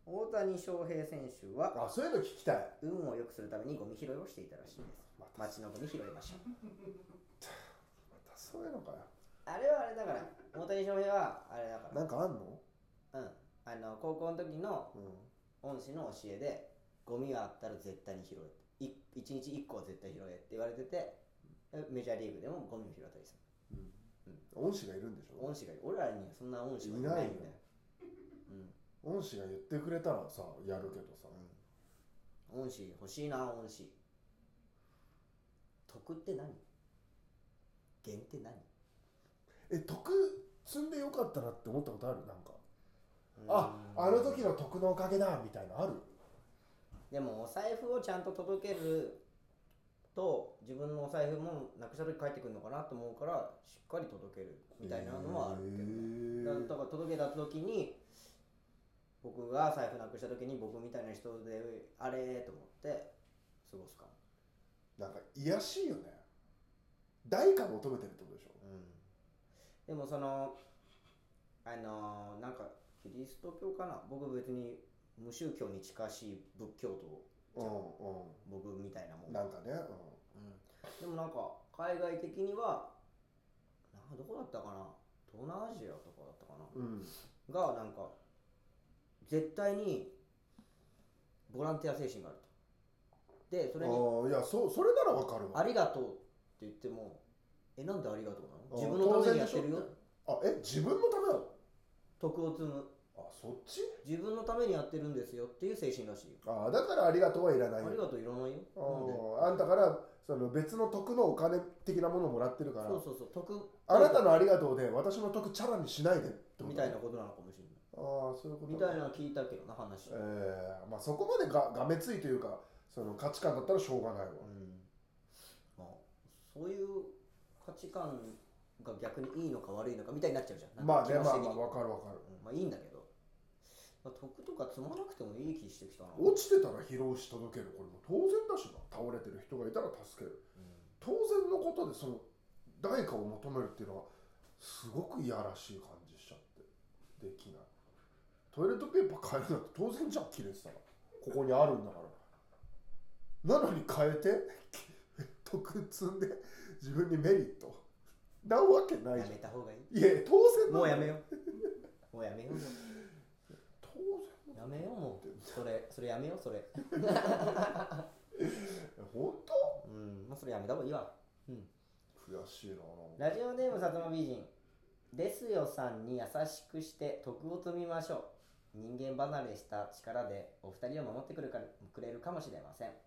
A: 大谷翔平選手は
B: らあそういうの聞きたい
A: 運を良くするためにゴミ拾いをしていたらしいです
B: またま
A: 街のゴミ拾いましょう
B: たそういうのかよ
A: あれはあれだから大谷翔平はあれだか
B: なんかあんの
A: らうんあの高校の時の
B: う
A: 恩師の教えでゴミがあったら絶対に拾えい一日一個は絶対拾えって言われててえメジャーリーグでもゴミを拾ったりす
B: ん、うん、恩師がいるんでし
A: る
B: ょ
A: 恩師がいる俺らにはそんな恩師はい
B: い
A: な
B: ないよ
A: いんだよ、
B: 恩師が言ってくれたらさやるけどさ、
A: うん、恩師欲しいな恩師得って何減って何
B: え徳積んでよかったなって思ったことあるなんかああの時の徳のおかげだみたいなのある
A: でもお財布をちゃんと届けると自分のお財布もなくした時帰ってくるのかなと思うからしっかり届けるみたいなのはあるけどね、
B: へ
A: だだから届けた時に僕が財布なくした時に僕みたいな人であれと思って過ごすかも、
B: えなんか癒やしいよね代価求めてるってことでしょ
A: うん、でもそのあのーなんかキリスト教かな僕別に無宗教に近しい仏教徒
B: う
A: 僕みたいなも
B: んうん
A: ん
B: なんかね、
A: うん、でもなんか海外的にはなどこだったかな東南アジアとかだったかな
B: うんうん、
A: がなんか絶対にボランティア精神があるとでそれに
B: ああいやそうそれならわか
A: 「
B: るわ
A: ありがとう」って言っても「えなんでありがとうなの
B: あ
A: 自分のためにやっ
B: 当然でしょ
A: てるよ
B: あえ自分のためなの
A: 徳を積む
B: あそっち
A: 自分のためにやってるんですよ」っていう精神らしいよ
B: あだからありがとうはいら
A: あ
B: ない
A: りがとういらないよなんで
B: ああんたからその別の徳のお金的なものをもらってるから
A: そうそうそう徳
B: あなたのありがとうで私の徳チャラにしないでってこと
A: みたいなことなのかもしれない
B: ああそういうこと
A: みたいなの聞いたけどな話、
B: えーまあ、そこまでががめついというかその価値観だったらしょうがないわ、
A: うんまあ、そういう価値観が逆にいいのか悪いのかみたいになっちゃうじゃんな
B: まあ
A: んか
B: ね
A: 気持ち
B: まあ
A: 的に
B: まあわかるわかる
A: うんまあいいんだけど、まあ、得とか積まなくてもいい気してきたな
B: 落ちてたら拾うし届けるこれも当然だしな倒れてる人がいたら助ける
A: う
B: 当然のことでその代価を求めるっていうのはすごくいやらしい感じしちゃってできないトイレットペーパー変えるなんて当然じゃん切れてたらここにあるんだからなのに変えて 得積んで自分にメリットなわけな
A: ん
B: いじゃ
A: や
B: ん
A: めた方がいい
B: いや当然
A: もうやめ
B: よ
A: ようもうやめよう
B: 当然
A: やめようもうそれそれやめようそれ
B: え本
A: うんもうそれやめた方がいいわ
B: 当悔しいな
A: ラジオネーム薩摩美人ですよさんに優しくして徳を積みましょう人間離れした力でお二人を守ってくるかくれるかもしれません
B: だか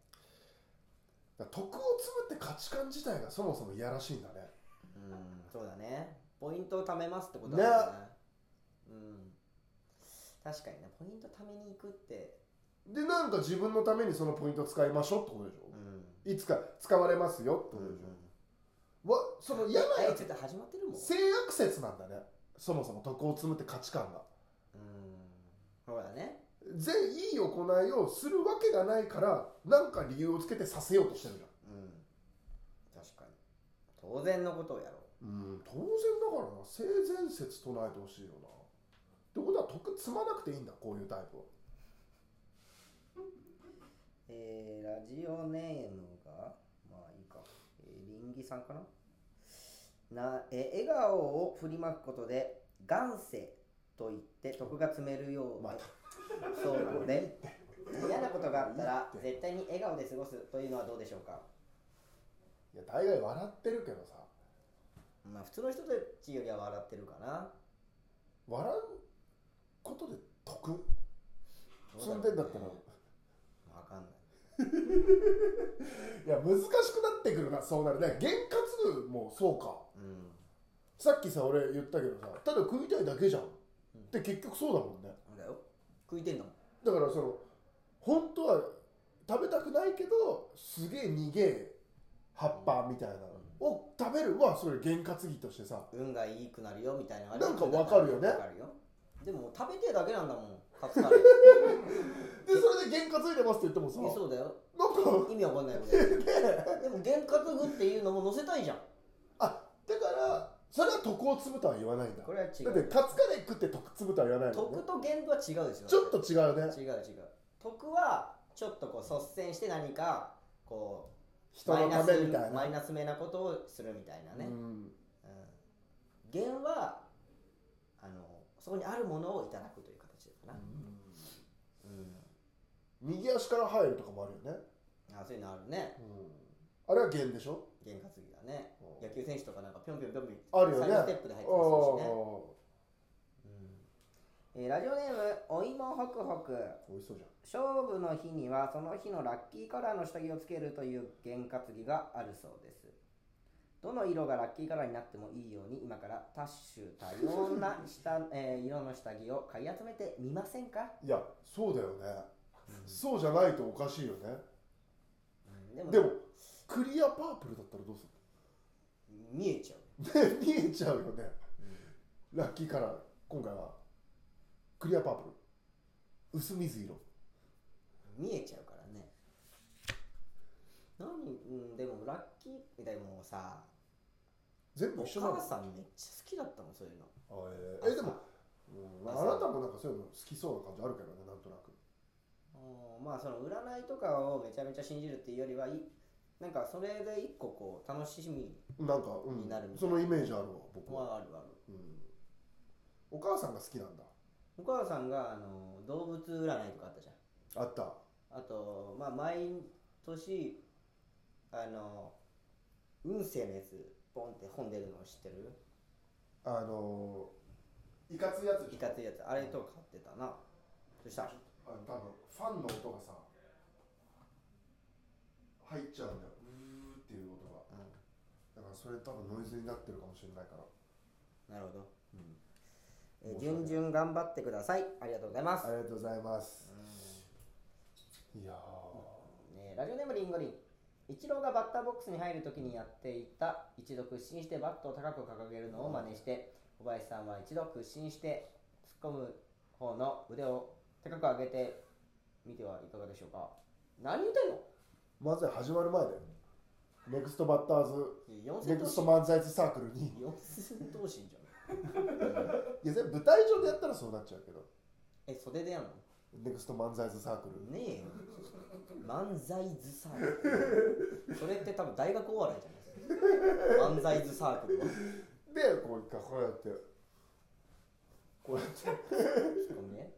B: ら徳を積むって価値観自体がそもそもいやらしいんだね
A: うんそうだねポイントを貯めますってことだよねうん確かにねポイント貯めに行くって
B: でなんか自分のためにそのポイント使いましょうってことでしょ、
A: うん
B: いつか使われますよって
A: う
B: こ
A: んう
B: とで
A: ん
B: しょ、わその嫌な
A: え
B: や
A: ちょ
B: つ
A: っと始まってるもん
B: 性悪説なんだねそもそも徳を積むって価値観が
A: うんそうだね
B: 全いい行いをするわけがないからなんか理由をつけてさせようとしてるじゃん
A: うん確かに当然のことをやろ
B: うん当然だからな性善説唱えてほしいよなってことは徳積まなくていいんだこういうタイプは
A: うえー、ラジオネームがまあいいか、えー、リンギさんかなな、えー笑顔を振りまくことで元世と言って徳が積めるよう
B: ま
A: にそうなので嫌なことがあったら絶対に笑顔で過ごすというのはどうでしょうか
B: いや大概笑ってるけどさ
A: まあ普通の人たちよりは笑ってるかな
B: 笑うことで得積
A: ど
B: ん
A: う
B: でん
A: ろ
B: だ
A: う
B: ったら
A: ねわかんない
B: いや難しくなってくるなそうなるね験担ぐもそうか
A: うん
B: さっきさ俺言ったけどさただ食いたいだけじゃんで結局そうだもんね
A: なんだよ食いてんの
B: だからその本当は食べたくないけどすげえ逃げえ葉っぱみたいなのを食べるはそれ験担ぎとしてさ
A: 運がいいくなるよみたいな
B: なんかわかるよね
A: わかるよでももう食べてるだけなんだ もんカツカレー
B: でそれで験担いでますって言ってもさ
A: えそうだよ
B: なんか
A: 意味わかんないことやってるでも験担ぐっていうのも載せたいじゃん
B: あだからそれは徳を積むとは言わないんだ
A: これは違
B: だって
A: う
B: カツカレー食って徳積むとは言わないもんね
A: 徳と限度は違うでしょ
B: ちょっと違うね
A: 違う違う徳はちょっとこう率先して何かこう
B: 人
A: マイ
B: の
A: ナ
B: た
A: ス
B: めみたいな
A: マイナスめなことをするみたいなね、
B: う
A: うん
B: ん
A: 弦はあのそこにあるものをいただくという形かな、うん
B: 右足から入るとかもあるよね、
A: あそういうのあるね
B: あれは弦でしょ
A: 験担ぎだね
B: うん
A: 野球選手とかなんかぴょんぴょんぴょんぴょん
B: あるよね
A: サイドステップで入ってますしね、うんえーラジオネームお芋ホクホク
B: 美味しそうじゃん
A: 勝負の日にはその日のラッキーカラーの下着をつけるという験担ぎがあるそうですどの色がラッキーカラーになってもいいように今から多種多様な下、 えー色の下着を買い集めてみませんか、
B: いやそうだよね、そうじゃないとおかしいよね
A: でも
B: でもクリアパープルだったらどうす
A: 見えちゃう
B: るの ね見えちゃうよね、ラッキーカラー今回はクリアパープル薄水色
A: 見えちゃうからね何、うん、でもラッキーでもさ
B: 全部
A: お
B: 一緒なの
A: 母さんめっちゃ好きだったもんそういうの
B: あえーえでも、うんまあ、あ
A: 朝
B: なたもなんかそういうの好きそうな感じあるけどねなんとなく
A: うんまあその占いとかをめちゃめちゃ信じるっていうよりはいなんかそれで一個こう楽しみ
B: なんか、う
A: になるみ
B: ん、
A: た
B: そ
A: い
B: のイメージあるわ僕は、
A: はあるある
B: うん、お母さんが好きなんだ
A: お母さんがあの動物占いとかあったじゃん
B: あった
A: あとまあ毎年あの運勢のやつポンって本出るの知ってる
B: あの
C: いかついやつ
A: い
C: でしょ
A: かついやつあれとか買ってたなそしたら
B: あ多分ファンの音がさ入っちゃうんだようーっていう音がだからそれ多分ノイズになってるかもしれないから
A: なるほど、え
B: 面白い
A: 順
B: ね
A: 々頑張ってくださいありがとうございます
B: ありがとうございますいやー
A: えーラジオネームリンゴリンイチローがバッターボックスに入るときにやっていた一度屈伸してバットを高く掲げるのを真似して小林さんは一度屈伸して突っ込む方の腕を高く上げてみてはいかがでしょうか何言ってん
B: まず始まる前だよネクストバッターズ
A: の ?4 戦
B: ネク
A: 投
B: ス
A: 資
B: ト漫才サークルに
A: 四戦投資じゃん
B: いや全部舞台上でやったらそうなっちゃうけど
A: え袖でやんの
B: ネクスト漫才サークル
A: ねえよ漫才図サークルそれって多分大学お笑いじゃないですか漫才図サークルは
B: でこう一回こうやってこうやって
A: ツッコミね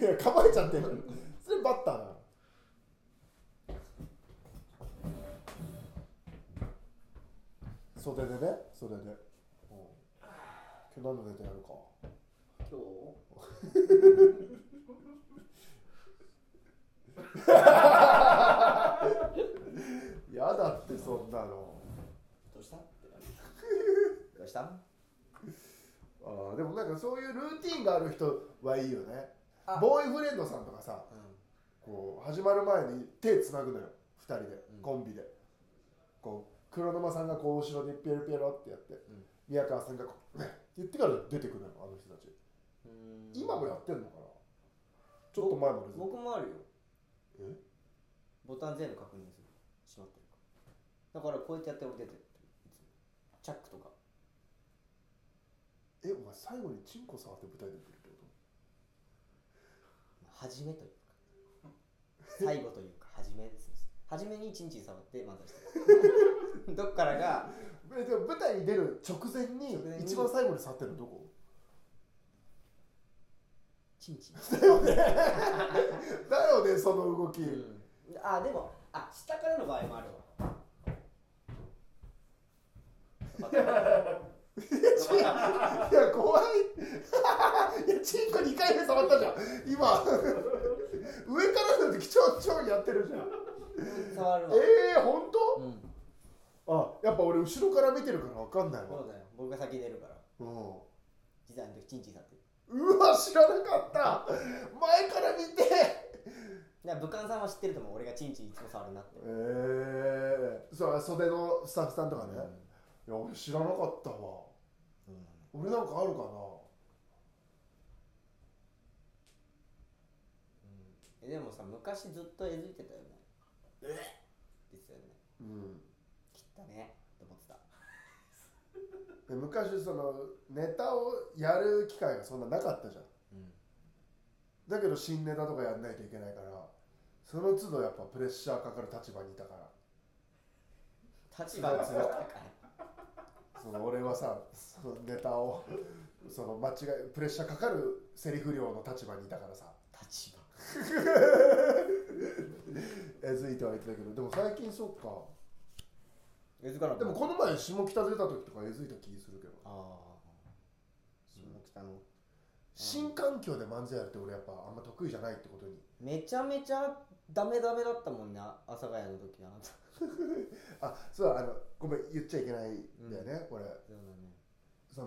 B: いや構えちゃってるそれバッターなの袖でね袖で、うん、今日何のネタやるか
A: 今日
B: やだってそんなの
A: どうしたってなるどうした
B: あーでもなんかそういうルーティンがある人はいいよね
A: あ
B: ボーイフレンドさんとかさ
A: う
B: こう始まる前に手つなぐのよ2人で、
A: うん
B: コンビでこう黒沼さんがこう後ろでピエロピエロってやって、
A: ん
B: 宮川さんがこう「ねっ」って言ってから出てくるのよあの人たち
A: ん
B: 今もやってんのかなちょっと前まで
A: 僕もあるよ
B: え
A: ボタン全部確認するしまってるかだからこうやってやって俺出てるいつもチャックとか
B: えお前最後にチンコ触って舞台出てるってこ
A: 始めというか最後というか始めですね初めにチンチン触って漫才して るどっからが
B: とえでも舞台に出る直前
A: 直前
B: に
A: に
B: 一番最後に触ってるのどこ
A: チンチン。
B: だよねその動き、
A: うんあでもあ下からの場合もあるわ
B: いや怖い いやチンコ2回目触ったじゃん今 上からだってちょんちょんやってるじゃん
A: 触るわ
B: えー、本
A: うん
B: 当？あやっぱ俺後ろから見てるから分かんないわ
A: そうだよ僕が先に出るから
B: うん
A: 実はあの時チンチンさってる
B: うわ知らなかった前から見て
A: だから武漢さんは知ってると思う俺がチンチンいつも触るなって
B: えー、そう袖のスタッフさんとかね、いや俺知らなかったわ
A: うん
B: 俺なんかあるか
A: えでもさ昔ずっとえずいてたよねえですよね
B: なうん
A: 切ったねと思ってた
B: で昔そのネタをやる機会がそんななかったじゃん
A: うん
B: だけど新ネタとかやんないといけないからその都度やっぱプレッシャーかかる立場にいたから
A: 立場が強かったから
B: その俺はさそのネタをその間違いプレッシャーかかるセリフ量の立場にいたからさ
A: 立場
B: えずいてはいてたけどでも最近そっか
A: えずかな
B: でもこの前下北出た時とかえずいた気するけど
A: ああ下北の
B: 新環境で漫才やるって俺やっぱあんま得意じゃないってことに
A: めちゃめちゃダメダメだったもんね阿佐ヶ谷の時あなた
B: あそうだあのごめん言っちゃいけないんだよね、これ
A: そう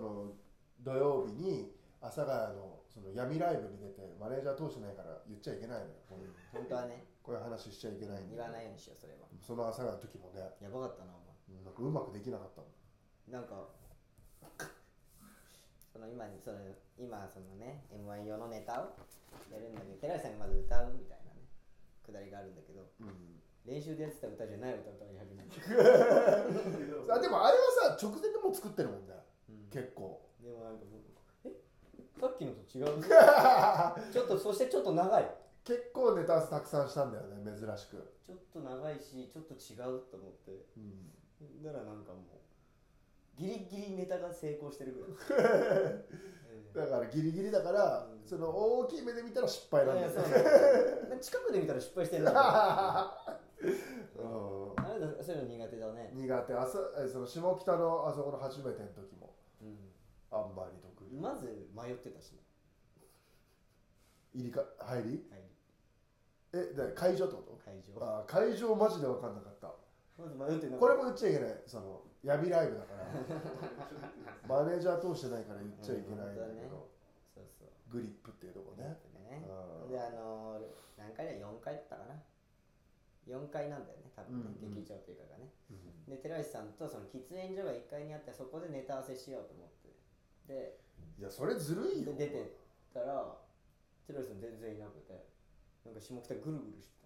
A: だね
B: その土曜日に阿佐ヶ谷のその闇ライブに出てマネージャー通してないから言っちゃいけないのよこういう
A: 本当はね
B: こういう話しちゃいけないん
A: 言
B: だ
A: わないようにしようそれは
B: その阿佐ヶ谷の時もね
A: やばかったなお
B: うんなんかうまくできなかったもん
A: 前なんか その今その今そのね m 1用のネタをやるんだけど寺内さんがまず歌うみたいなねくだりがあるんだけど
B: うん
A: 練習でやってた歌じゃない歌を歌い始める、
B: あでもあれはさ直前でもう作ってるもんね
A: うん
B: 結構
A: でもなんか僕えさっきのと違 うぞちょっとそしてちょっと長い
B: 結構ネタたくさんしたんだよね珍しく、
A: ちょっと長いしちょっと違うと思って
B: うん、
A: ならなんかもうギリギリネタが成功してるぐらい、 ええ
B: だからギリギリだから、
A: うん
B: その大きい目で見たら失敗なん
A: い
B: だ
A: や
B: よ
A: いや
B: ね
A: そうなんだ近くで見たら失敗してるんだけどあ
B: う
A: なたそういうの苦手だね
B: ん、苦手あそえその下北のあそこの初めての時も
A: うん
B: あんまり得意
A: まず迷ってたしね
B: 入りか入り
A: 入り
B: えだから会場ってこ
A: 会
B: と
A: 場
B: あ会場マジで分かんなかった
A: まず迷ってな
B: これも言っちゃいけないその闇ライブだから マネージャー通してないから言っちゃいけないんだ
A: うん本当だ
B: け
A: ね
B: ど、
A: そうそう
B: グリップっていうとこね
A: ね
B: うん
A: であのー何回だ4回だったかな4回なんだよね多分ね、
B: うんうん
A: 劇場というかがねで寺石さんとその喫煙所が1階にあってそこでネタ合わせしようと思ってで
B: いやそれずるいよ
A: で出てったら寺石さん全然いなくてなんか下北ぐるぐるして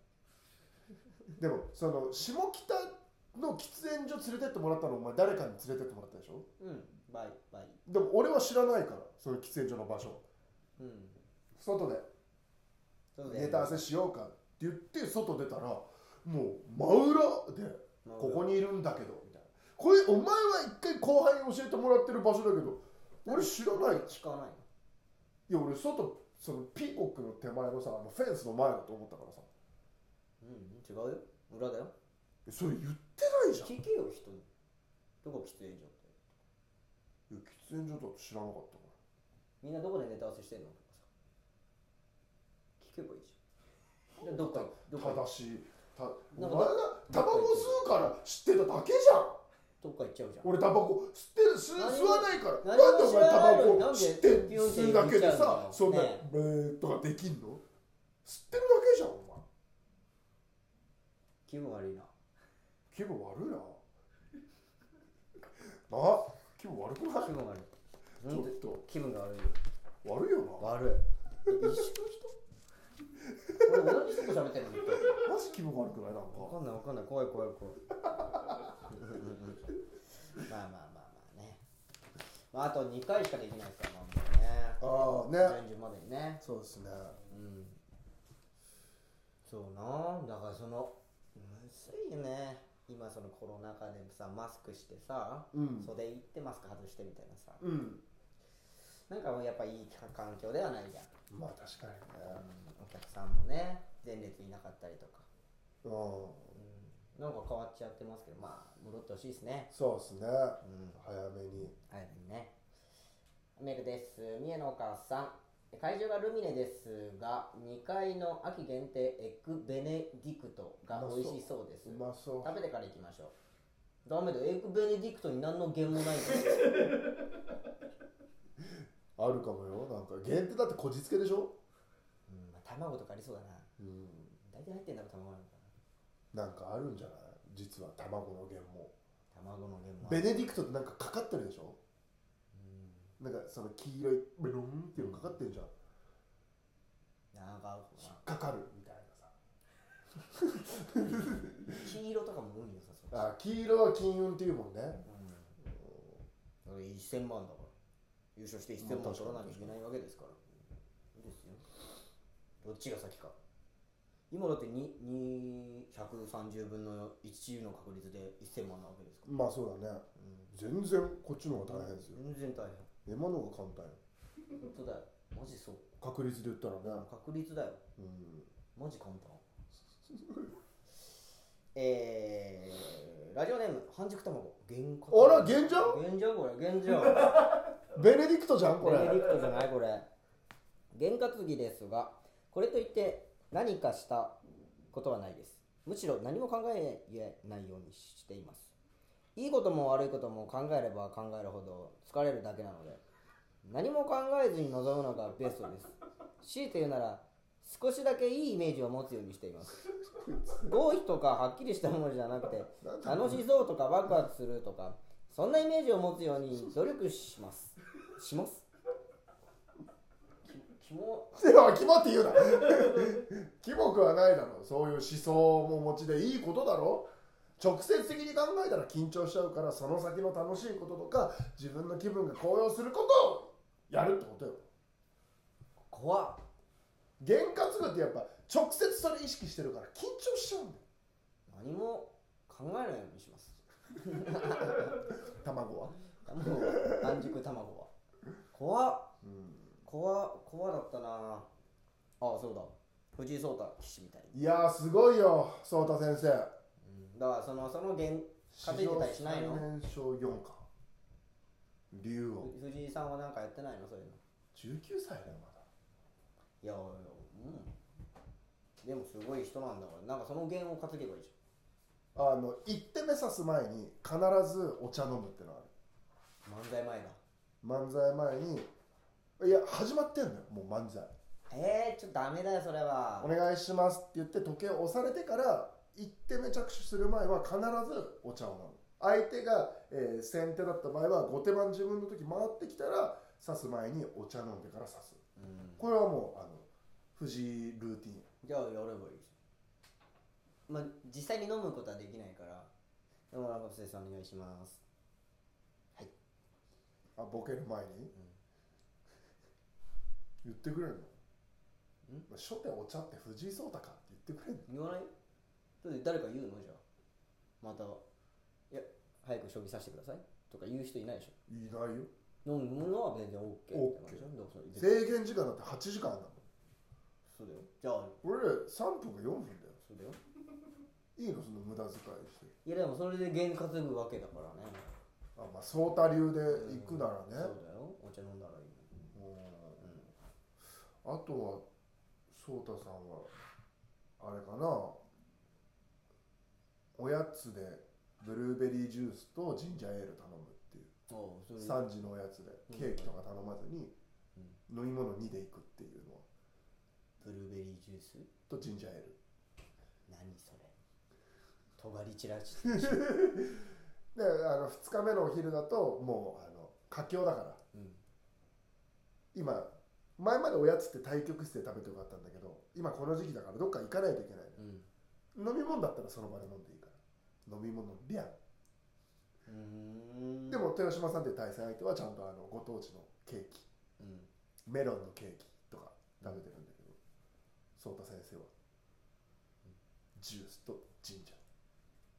B: でもその下北の喫煙所連れてってもらったのお前誰かに連れてってもらったでしょ
A: たうんバイバイ
B: でも俺は知らないからその喫煙所の場所
A: うん
B: 外で
A: そうだよね
B: ネタ合わせしようかって言って外出たらもう真裏で
A: まあ
B: ここにいるんだけどみたいなこれお前は一回後輩に教えてもらってる場所だけど俺知らない
A: 聞かないの
B: いや俺外そのピーコックの手前のさあのフェンスの前だと思ったからさ
A: うん違うよ裏だよ
B: えそれ言ってないじゃんい
A: 聞けよ人にどこ喫煙所って
B: や喫煙所だと知らなかったか
A: みんなどこでネタ合わせしてんのとかさ聞けばいいじゃん でどっかどっから
B: 正しいたお
A: な
B: 前
A: んか
B: がタバコ吸うから知ってただけじゃん
A: どっか行っちゃうじゃん
B: 俺タバコ吸ってる吸
A: 何も
B: 吸わないから
A: 何
B: なん
A: も
B: でお前
A: 知
B: タ
A: らない
B: バ
A: のに
B: コ吸って
A: なんで
B: 吸うだ
A: ピヨンって言っ
B: けで
A: ちゃうんだ
B: さ
A: よ
B: そんな
A: ね
B: 「ブー」とかできんの吸ってるだけじゃんお前
A: 気分悪いな
B: 気分悪いなあ気分悪くない
A: 気分悪い
B: ちょ
A: 本
B: っと
A: 当気分が悪いよ
B: 悪いよな
A: 悪い 一緒の人俺同じ人と喋ってるのずっと
B: マジ気分悪くないなんか
A: わかんないわかんない怖い怖い怖い まあまあまあまあね、まあ、あと2回しかできないからなんだ
B: あ
A: よ
B: あ
A: ね
B: ね
A: 順々までにね
B: そうですね
A: うんそうなだからそのむずいよね今そのコロナ禍でさマスクしてさ、
B: うん
A: 袖行ってマスク外してみたいなさ
B: うん
A: なんかもうやっぱいい環境ではないじゃん、
B: まあ確かにね
A: うんお客さんもね前列いなかったりとか、
B: うん
A: うん、なんか変わっちゃってますけどまあ戻ってほしいですね
B: そうですね
A: うん
B: 早めに
A: 早めにねメールです三重のお母さん会場がルミネですが2階の秋限定エッグベネディクトが美味しそうです
B: うまそう
A: 食べてから行きましょうダメだよエッグベネディクトに何の弦もないんだよ
B: あるかもよなんか限定だってこじつけでしょ
A: うんまあ、卵とかありそうだな
B: うん
A: 大体入ってんだろ卵なんか
B: なんかあるんじゃない実は卵の原も
A: 卵のレモン
B: ベネディクトってなんかかかってるでしょ
A: うん
B: なんかその黄色いベロンっていうのかかってるじゃん
A: なんか
B: 引っかかるみたいなさ
A: 黄色とかも運良さそう
B: あ黄色は金運っていうもんね
A: うん、俺1000万だから優勝して1000万取らないといけないわけですからいいですよどっちが先か今だってにに130分の1の確率で1000万なわけですか
B: まあそう
A: ら、
B: だね
A: うん
B: 全然こっちの方が大変ですよ
A: 全然大変
B: 今の方が簡単よ
A: 本当だよマジそう
B: 確率で言ったらね
A: 確率だよ
B: うん
A: マジ簡単 えー、ラジオネーム半熟卵原価
B: あら原じゃん
A: 原じゃんこれ原じゃん
B: ベネディクトじゃんこ
A: これ
B: れ
A: ベネディクトじゃないこれ原価継ぎですがこれといって何かしたことはないですむしろ何も考えないようにしていますいいことも悪いことも考えれば考えるほど疲れるだけなので何も考えずに臨むのがベストです強いて言うなら少しだけいいイメージを持つようにしています合否とかはっきりしたものじゃなくて楽しそうとかワクワクするとかそんなイメージを持つように努力しますしますききも
B: ではキモって言うな キモくはないだろそういう思想も持ちでいいことだろ直接的に考えたら緊張しちゃうからその先の楽しいこととか自分の気分が高揚することをやるってことよ
A: 怖っ
B: 験担ぐってやっぱ直接それ意識してるから緊張しちゃうんだよ
A: 何も考えないようにします
B: 卵は
A: もう半熟卵は怖っ
B: うん
A: 怖っ怖だったなああそうだ藤井聡太棋士みたいに、
B: いやーすごいよ颯太先生
A: うん、だからそのその原勝ててたりしないの
B: 史上最年少4冠竜王
A: ふ藤井さんはなんかやってないのそういうの
B: 19歳だよまだ
A: いやいやうんでもすごい人なんだからなんかその弦を担げばいいじ
B: あの一手目指す前に必ずお茶飲むってのがある
A: ゃん漫才前だ
B: 漫才前にいや始まってんのよもう漫才
A: えー、ちょっとダメだよそれは
B: お願いしますって言って時計を押されてから一手目着手する前は必ずお茶を飲む相手が、えー先手だった場合は後手番自分の時回ってきたら指す前にお茶飲んでから指す
A: うん
B: これはもうあの藤井ルーティン
A: じゃあやればいいじゃんまあ実際に飲むことはできないからでもなんか先生お願いします
B: あボケる前に、言ってくれるの
A: ん
B: 初手お茶って藤井聡太かって言ってくれる
A: 言
B: の
A: わないだって誰か言うのじゃあまたいや早く将棋させてくださいとか言う人いないでし
B: いないよ
A: ょ飲むのは全然 OK って感じじゃんだからそれ
B: 制限時間だって8時間だもん
A: そうだよじゃあ
B: 俺ら3分か4分だよ
A: そうだよ
B: いいのその無駄遣いして
A: いやでもそれで験担ぐわけだからね
B: あまあ颯太流で行くな
A: そう
B: らね
A: だよお茶飲んだらいいのに
B: うんあとは颯太さんはあれかなおやつでブルーベリージュースとジンジャーエール頼むっていう
A: おうそれ
B: 3時のおやつで
A: うん
B: ケーキとか頼まずに飲み物2で行くっていうの
A: ブルーベリージュース
B: とジンジャーエール
A: 何それ尖り散らし
B: であの2日目のお昼だともうあの佳境だから
A: うん
B: 今前までおやつって対局室で食べてよかったんだけど今この時期だからどっか行かないといけない
A: うん
B: 飲み物だったらその場で飲んでいいから飲み物リアン
A: うーん
B: で、も豊島さんっていう対戦相手はちゃんとあのご当地のケーキ
A: うん、
B: メロンのケーキとか食べてるんだけど颯太先生はジュースとジンジャー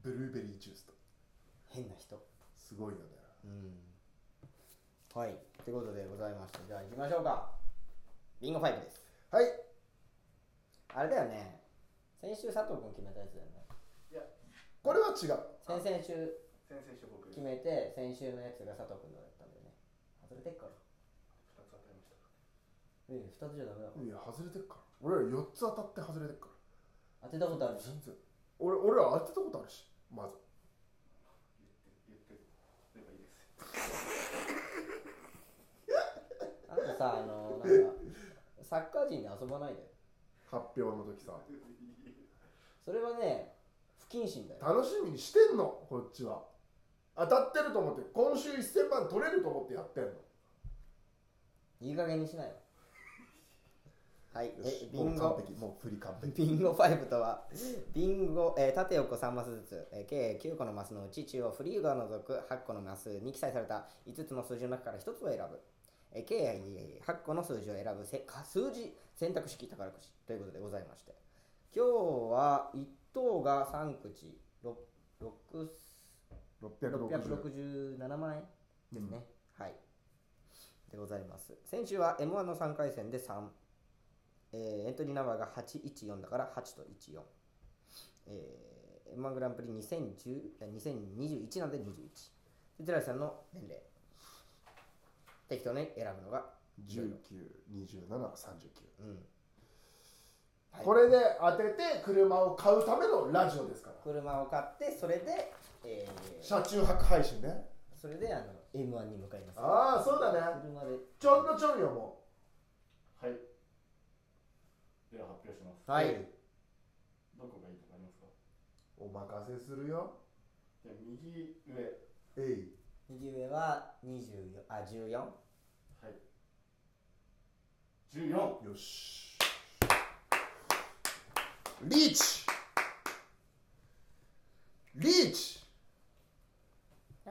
B: ブルーベリージュースと
A: 変な人
B: すごいよね
A: うんはい。ということでございまして、じゃあ行きましょうか。ビンゴ5です。
B: はい
A: あれだよね。先週佐藤君決めたやつだよね。
B: これは違う
A: 先々週
C: 先々週僕
A: 決
C: 二つ
A: めて、先週のやつが佐藤君のだったんだよね。外れてっから。
C: 当たりました
A: うん、2つじゃダメだもん。
B: いや外れてっから俺ら4つ当たって外れてっか
A: 当てたことあ
B: ら
A: るし。
B: 全然俺俺ら当てたことあるしまず
C: 言って言ってればいいです
A: あなたさ、あの、なんか、サッカー人で遊ばないで。
B: 発表の時さ
A: それはね、不謹慎だよ。
B: 楽しみにしてんのこっちは当たってると思って今週1000万取れると思ってやってんの
A: いい加減にしないよ。はい。え、ビ
B: も
A: ン
B: う完
A: ゴ。
B: 璧もう振り完璧
A: ビンゴ5とは、ビンゴ、えー縦横3マスずつ、えー計9個のマスのうち中央フリーガーを除く8個のマスに記載された5つの数字の中から1つを選ぶ。えー計8個の数字を選ぶせか数字選択式宝くじということでございまして。今日は1等が3口、ろろく
B: 660
A: 667万円ですね、はいでございます先週は m 1の3回戦で3、えーエントリーナンバーが814だから8と14、えー、m 1グランプリ2010えー2021なので21で寺井さんの年齢適当に選ぶのが、
B: 192739
A: うん、はい
B: これで当てて車を買うためのラジオですから
A: 車を買ってそれで、えー
B: 車中泊配信ね
A: それであの m 1に向かいます
B: ああそうだね
A: 車で
B: ちょんのちょんよも
C: はいでは発表します
A: はい、
C: どこがいいとかありますか
B: うお任せするよ
C: じゃあ右上
B: えい
A: 右上は24あ14
C: はい14
B: よしリーチリーチ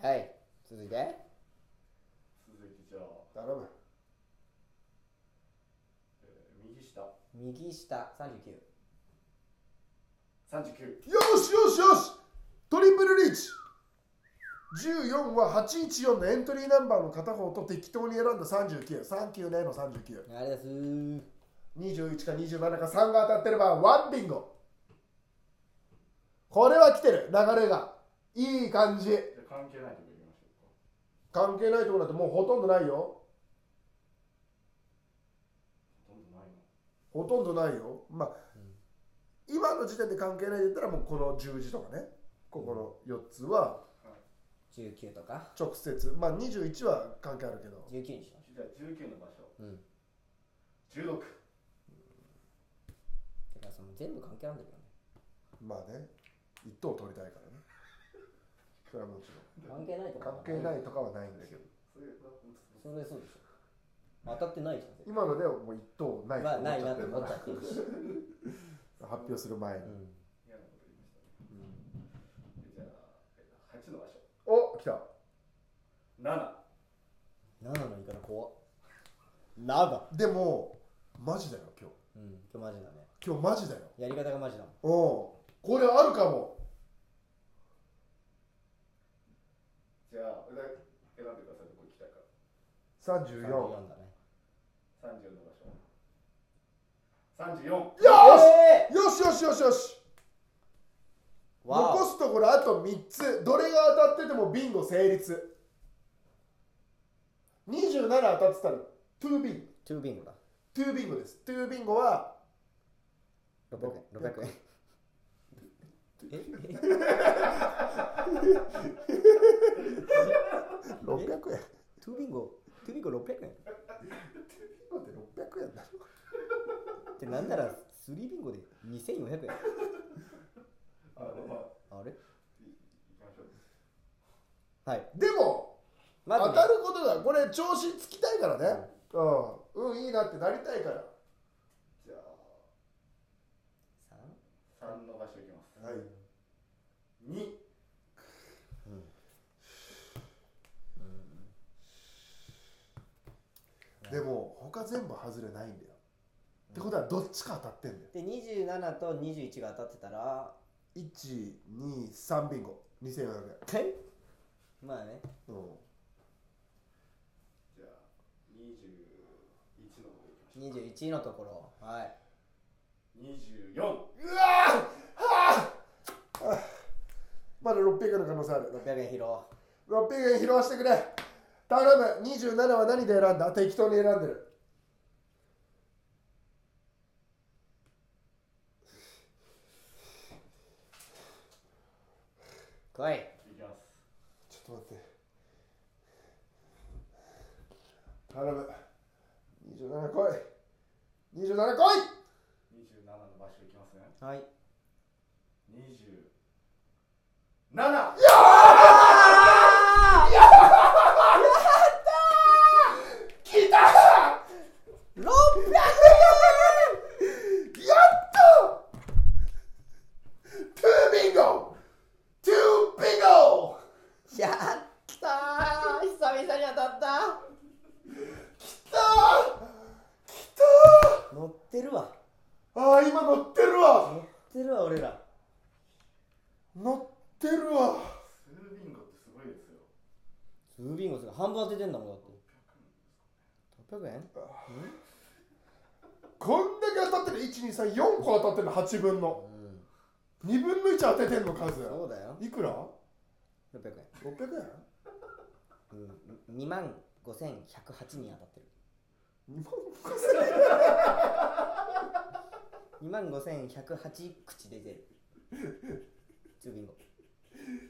A: はい、続いて。
C: 続いてじゃあ、
B: 頼む
C: えー右下
A: 右下39。
C: 39
B: よしよしよしトリプルリーチ14は814のエントリーナンバーの片方と適当に選んだ3939ねの
A: あれですー。
B: 3921か27か3が当たってればワンビンゴこれは来てる流れがいい感じ
C: じゃあ関係ないとこ行きましょうか
B: 関係ないところなんてもうほとんどないよ
C: ほとんどな
B: ほとんどな
C: いの
B: いよまあ、今の時点で関係ないで言ったらもうこの十字とかねここの4つは
A: 19とか。
B: 直接まあ21は関係あるけど
A: 19にしましょ
C: じゃあ19の場所
A: う。うん。
C: 16
A: てか、その全部関係あるんだけどね。
B: まあね、一等取りたいからね。それはもち
A: 関係ないと
B: ろ
A: か。
B: ん。関係ないとかはないんだけど。
C: それは本当
A: それそうでしょ。当たってないじゃん絶
B: 今のではもう一等ない
A: 対。
B: と
A: まあ、ない
B: 思っちゃ
A: なっ
B: っ
A: てて
B: る
A: 思っ
B: か
A: ちゃ
B: ら
A: ってるし。
B: 発表する前に
A: う。ん。
C: 嫌なこと言いましたねでじゃあえー8の場所
B: お来た。
C: 7
A: 7の言い方怖っ。7。
B: でも、マジだよ、今
A: うん、今日マジだね。
B: 日。今日マジだよ。
A: やり方がマジだもん。
B: おうこれあるかも。
C: じゃあ選選んでくださいどこ行きたいか
B: 34。よ
A: だね。
C: 30の場所34
B: し
A: え
B: よしよしよしよし
A: ーわ
B: 残
A: お。
B: すところあと3つ。どれが当たっててもビンゴ成立。27当たってたら、2ビンゴ。
A: トゥービンゴだ。
B: 2ビンゴです。2ビンゴは、
A: 600円。600円。え
B: 600円。
A: トゥービンゴ、トゥービンゴ600円
B: 待って600円だろ
A: ってなんなら3ビンゴで2400円。
C: あのまあ
A: あれ
C: い行きましょう
A: はい。
B: でも
A: まずね
B: 当たることだこれ調子つきたいからねうん、うん、いいなってなりたいから
C: じゃ
A: さん
C: あ3の場所行きま
B: は
C: す
B: い
C: 2
B: でも他全部外れないんだよ、ってことはどっちか当たってんだよ
A: で27と21が当たってたら
B: 123ビンゴ2400円
A: えまあね
B: うん
C: じゃあ21の方行きましょう
A: 21位のところはい
C: 24
B: まだ600の可能性ある
A: 600円拾おう
B: 600円拾わしてくれ頼む27は何で選んだ適当に選んでる
A: 来い
C: いきます
B: ちょっと待って頼む27来い27来い
C: 27の場所いきますね
A: はい
C: 27
A: 600
B: 来たやった2ビンゴ2ビンゴ
A: 円やったー久々に当たった
B: 来た来た
A: 乗ってるわ
B: ああ今乗ってるわ
A: 乗ってるわ俺ら
B: 乗ってるわ
C: ツービンゴってすごいですよ
A: ツービンゴする半分当ててんだもんだって600円
B: こんだけ当たってる1234個当たってるの8分の
A: うん
B: 2分の1当ててんの数
A: そうだよ
B: いくら
A: 600円
B: ?600
A: うん2万5108人当たってる
B: 円2万個
A: 2万5108口出てるツービンゴ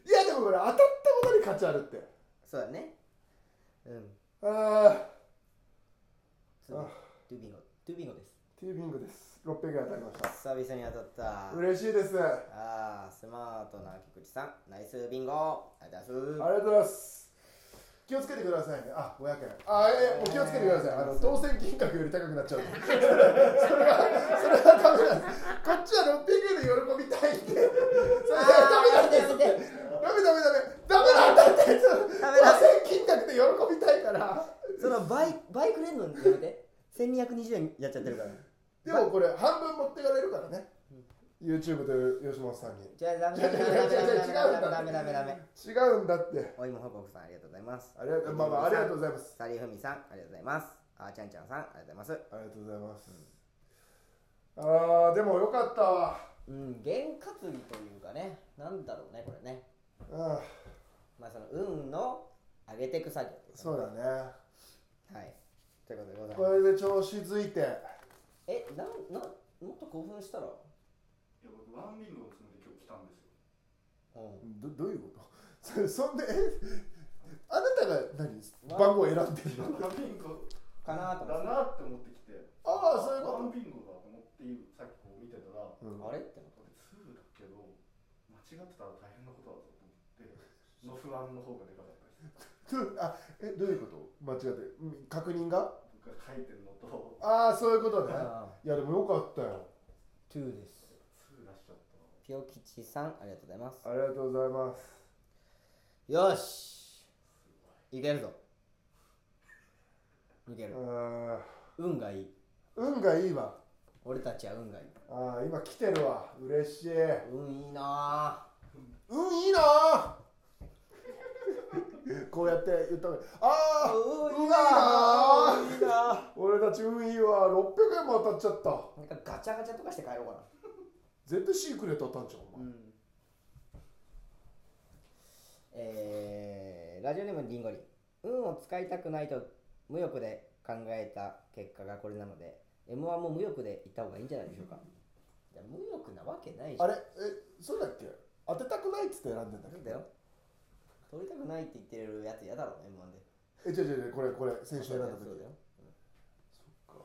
B: いやでもこれ当たったことに価値あるって
A: そうだねうん
B: あ
A: ツービンゴ
B: あ
A: ツービンゴツービンゴです
B: ー T ビングです600円当たりました
A: 久々に当たった
B: 嬉しいです
A: あ
B: あ
A: ースマートな菊池さんナイスビンゴありがとうございま
B: りがとうございます気をつけてくださいねあ500円あえもう気をつけてくださいあの当選金額より高くなっちゃうんでそれはそれはダメなんですこっちは600円で喜びたいんでそれはダメなんで
A: す
B: す
A: あーやめてやめて
B: ダメダメダメダメなんだって
A: ダメだ
B: 当選金額で喜びたいから
A: その倍倍くれんのやめて1220円やっちゃってるから
B: でもこれ半分持ってかれるからね YouTube という吉本さんに
A: じゃあダメ
B: 違う違
A: ダ
B: う
A: メ
B: 違
A: ダ
B: う
A: メダメダメダメダメダメダメ
B: 違うんだって
A: おいも報告さんありがとうございます
B: ありがとうまあまあありがとうございます
A: サリーフミさんありがとうございますあーちゃんちゃんさんありがとうございます
B: ありがとうございます、あーでもよかったわ
A: うん験担ぎというかねなんだろうねこれね
B: うん
A: まあその運の上げていく作業です
B: そうだね
A: はいということでござい
B: こ
A: ます
B: れで調子づいて
A: えなんなんもっと興奮したら
C: いや僕ワンビンゴのつもりで今日来たんですよ
A: うん
B: どどういうことそ そんでえあなたが何番号選んでるの
C: ワンビンゴ
A: かなと思
C: だ
A: って
C: なって思ってきて
B: ああそういう
C: ワン
B: こ
C: ビンゴだと思ってさっきこう見てたら
B: と、うん
A: あれって
C: これツーだけど間違ってたら大変なことだぞと思っての不安の方がでかかったです
B: ふあえどういうこと間違ってうん確認が
C: 僕が書いてるのと
B: ああそういうことね
A: あ
B: いやでもよかったよ
A: ー2です
C: ツー出しちゃったな
A: ピョキチさんありがとうございます
B: ありがとうございます
A: よしいけるぞいける
B: うん
A: 運がいい
B: 運がいいわ
A: 俺たちは運がいい
B: あー今来てるわ嬉しい
A: 運いいな
B: 運いいな こうやって言ったのに
A: あ
B: あー
A: 運
B: 運
A: い
B: い
A: い
B: い
A: な
B: な
A: あいいなあ
B: 俺たち運いいわ600円も当たっちゃった
A: なんかガチャガチャとかして帰ろうかな
B: 絶対シークレット当たんじゃんお
A: う
B: 前、
A: んえーラジオネームリンゴリン運を使いたくないと無欲で考えた結果がこれなので m 1も無欲でいった方がいいんじゃないでしょうかいや無欲なわけないじゃ
B: あ
A: ん
B: れえそうだっけ当てたくないっつって選んでんだけ
A: なん
B: ど
A: だよ取りたくないって言ってるやつ嫌だろ m 1で
B: え違う違う違うこれこれ先週選んだ時
A: そうだよ
B: そっか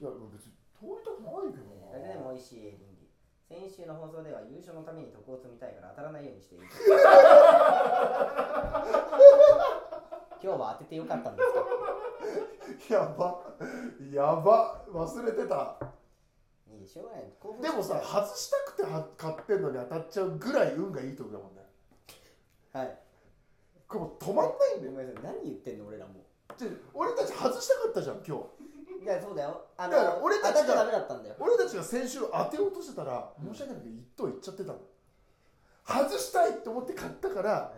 B: いや別に通りたくないけ
A: えーラジオネー
B: ど
A: ムおいしいエリンギ先週の放送では優勝のために徳を積みたいから当たらないようにして いる今日は当ててよかったんですか
B: なやばやば忘れてた
A: いいしょうがない興奮し
B: でもさ外したくては買ってんのに当たっちゃうぐらい運がいいってことだもんね
A: はい
B: これもう止まんないんだ
A: ごめ
B: よ
A: んなさい何言ってんの俺らも
B: ちょ俺たち外したかったじゃん今日
A: いやそうだよあの
B: だから俺たちが
A: 当たっゃダメだったんだよ
B: 俺たちが先週当てようとしてたら申し訳ないけど一等いっちゃってたの外したいと思って買ったから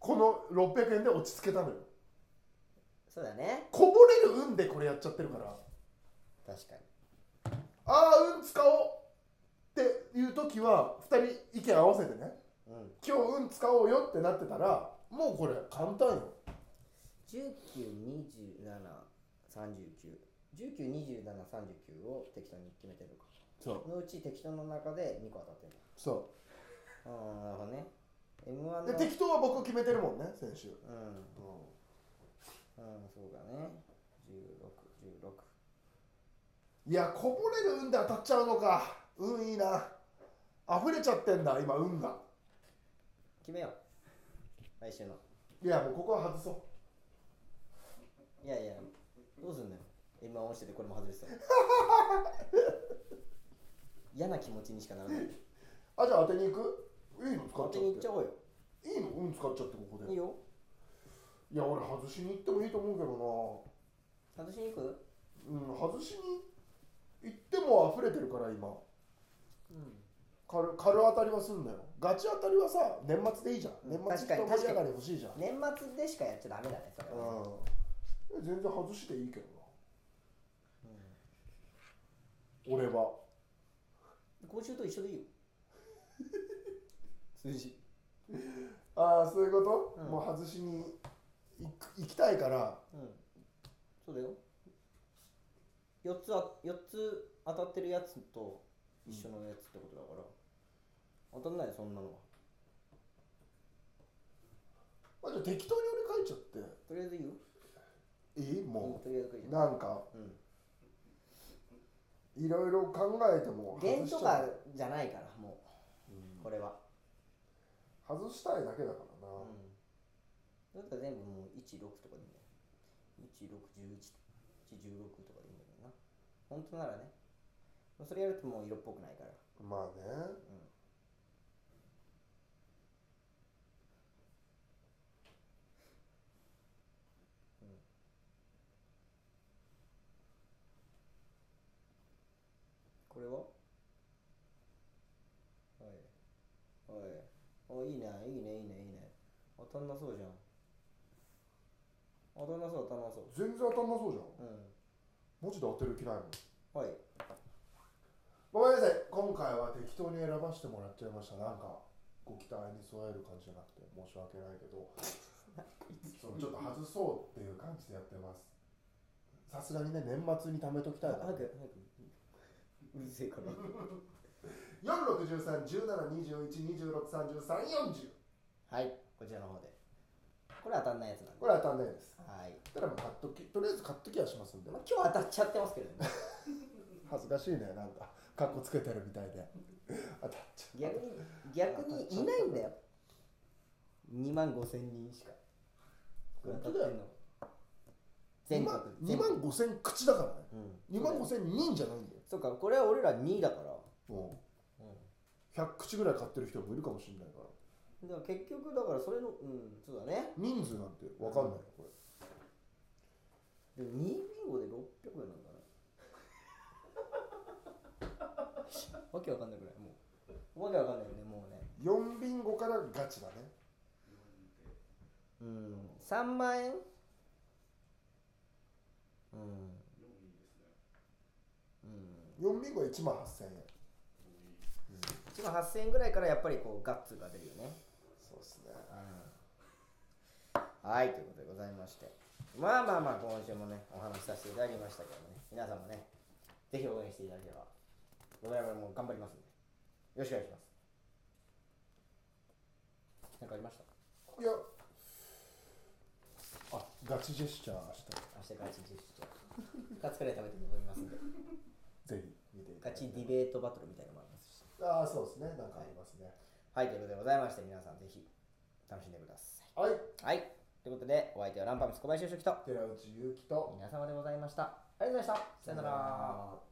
B: この600円で落ち着けたのよ
A: そうだね
B: こぼれる運でこれやっちゃってるから
A: 確かに
B: ああ運使おうっていう時は2人意見合わせてね
A: うん
B: 今日運使おうよってなってたらもうこれ簡単よ
A: 192739192739を適当に決めてるか
B: そう
A: そのうち適当の中で2個当たってる
B: そ
A: ああなるほどね M1
B: う
A: の
B: で適当は僕決めてるもんね先週、
A: うん
B: う
A: うん、そうだね。16、16。
B: ん、いやこぼれる運で当たっちゃうのか運いいな溢れちゃってんだ今運が
A: 決めよう。来週の。
B: いやもうここは外そ
A: いやいや、どうすんのよ。M1 落ちててこれも外れて たよ。嫌な気持ちにしかならない。
B: うあじゃあ当てに行くいいの使
A: 勝
B: っち
A: 手
B: ゃ
A: に行っち
B: っ
A: ゃおうよ。
B: ていいの運使っちゃってここで
A: いい
B: い
A: よ。
B: や俺外しに行ってもいいと思うけど
A: 外しに行く
B: なうん外しに行っても溢れてるから今
A: うん。
B: 軽軽当たりはすんだよガチ当たりはさ年末でいいじゃん年末
A: 確かに
B: 人盛り上がり欲しいじゃん
A: 年末でしかやっちゃダメだね、それはね。
B: うん全然外していいけどな、俺は
A: 今週と一緒でいいよ。 数字。
B: ああそういうこと、
A: うん
B: もう外しに行く行きたいから
A: うん。そうだよ。4つあ、四つ当たってるやつと一緒のやつってことだから、当たんないよそんなのは
B: まあ、じゃあ適当に俺書いちゃっ
A: とりあえず言う
B: ていい
A: うん
B: も
A: とりあえず
B: う、
A: 言う
B: なんか
A: うん
B: いろいろ考えても
A: 弦
B: 外
A: と
B: しちゃ
A: か
B: う
A: じゃないからも
B: うん
A: うこれは
B: 外したいだけだからな、
A: うんだったら全部もう16とかでいいんだよ161116とかでいいんだけどな本当ならねもうそれやるともう色っぽくないから
B: まあね
A: これははいはいあいいねいいねいいねいいね当たんなそうじゃん当たんなそう当たんなそ
B: 全然当たんなそうじゃん
A: うう
B: 文字で当てる気ないも
A: ん
B: ん
A: はい
B: ごめんなさい今回は適当に選ばせてもらっちゃいましたなんかご期待に沿える感じじゃなくて申し訳ないけどそうちょっと外そうっていう感じでやってますさすがにね年末に貯めときたい
A: 早
B: な
A: く早くうるせえから
B: 4631721263340
A: はいこちらの方でこれ当たんないやつなんで
B: これ当たんないです
A: はい
B: ただまあ買っときとりあえず買っときはしますんで
A: まあ今日当たっちゃってますけどね
B: 恥ずかしいねなんかかっこつけてるみたいで当たっちゃう
A: 逆に逆にいないんだよ2万5千人しかこれ当たってんの全国
B: 2万5千口だからね
A: 全
B: 2
A: 国うん
B: 万5千人じゃないんだよ
A: そうかこれは俺ら2位だから
B: も
A: うん
B: う100口ぐらい買ってる人もいるかもしれないから
A: だから結局だからそれのうんそうだね
B: 人数なんてわかんないよこれ
A: でも2ビンゴで600円 なんだねわけわかんないくらいもうわけわかんないよねもうね
B: 4ビンゴからガチだね
A: うん3万円うん
C: 4いいですね
A: うん
B: 4ビンゴは1万8000円
A: 1万8000円ぐらいからやっぱりこうガッツが出るよね
B: そうですね
A: はいということでございましてまあまあまあ今週もねお話しさせていただきましたけどね皆さんもねぜひ応援していただければ我々も頑張りますんでよろしくお願いします何かありました
B: いやあガチジェスチャーした
A: 明日から一日出張カツカレー食べて臨みますんで
B: ぜひ見てい
A: ガ
B: ただい
A: チデ
B: て
A: ィベートバトルみたいなのもありますし
B: ああそうですねなんかありますね
A: はい、ということでございまして、皆さんぜひ楽しんでくださ
B: はい、
A: い。はい、ということで、お相手はランパムス小林修樹と
B: 寺内ゆうきと
A: 皆様でございました。ありがとうございました。さよなら。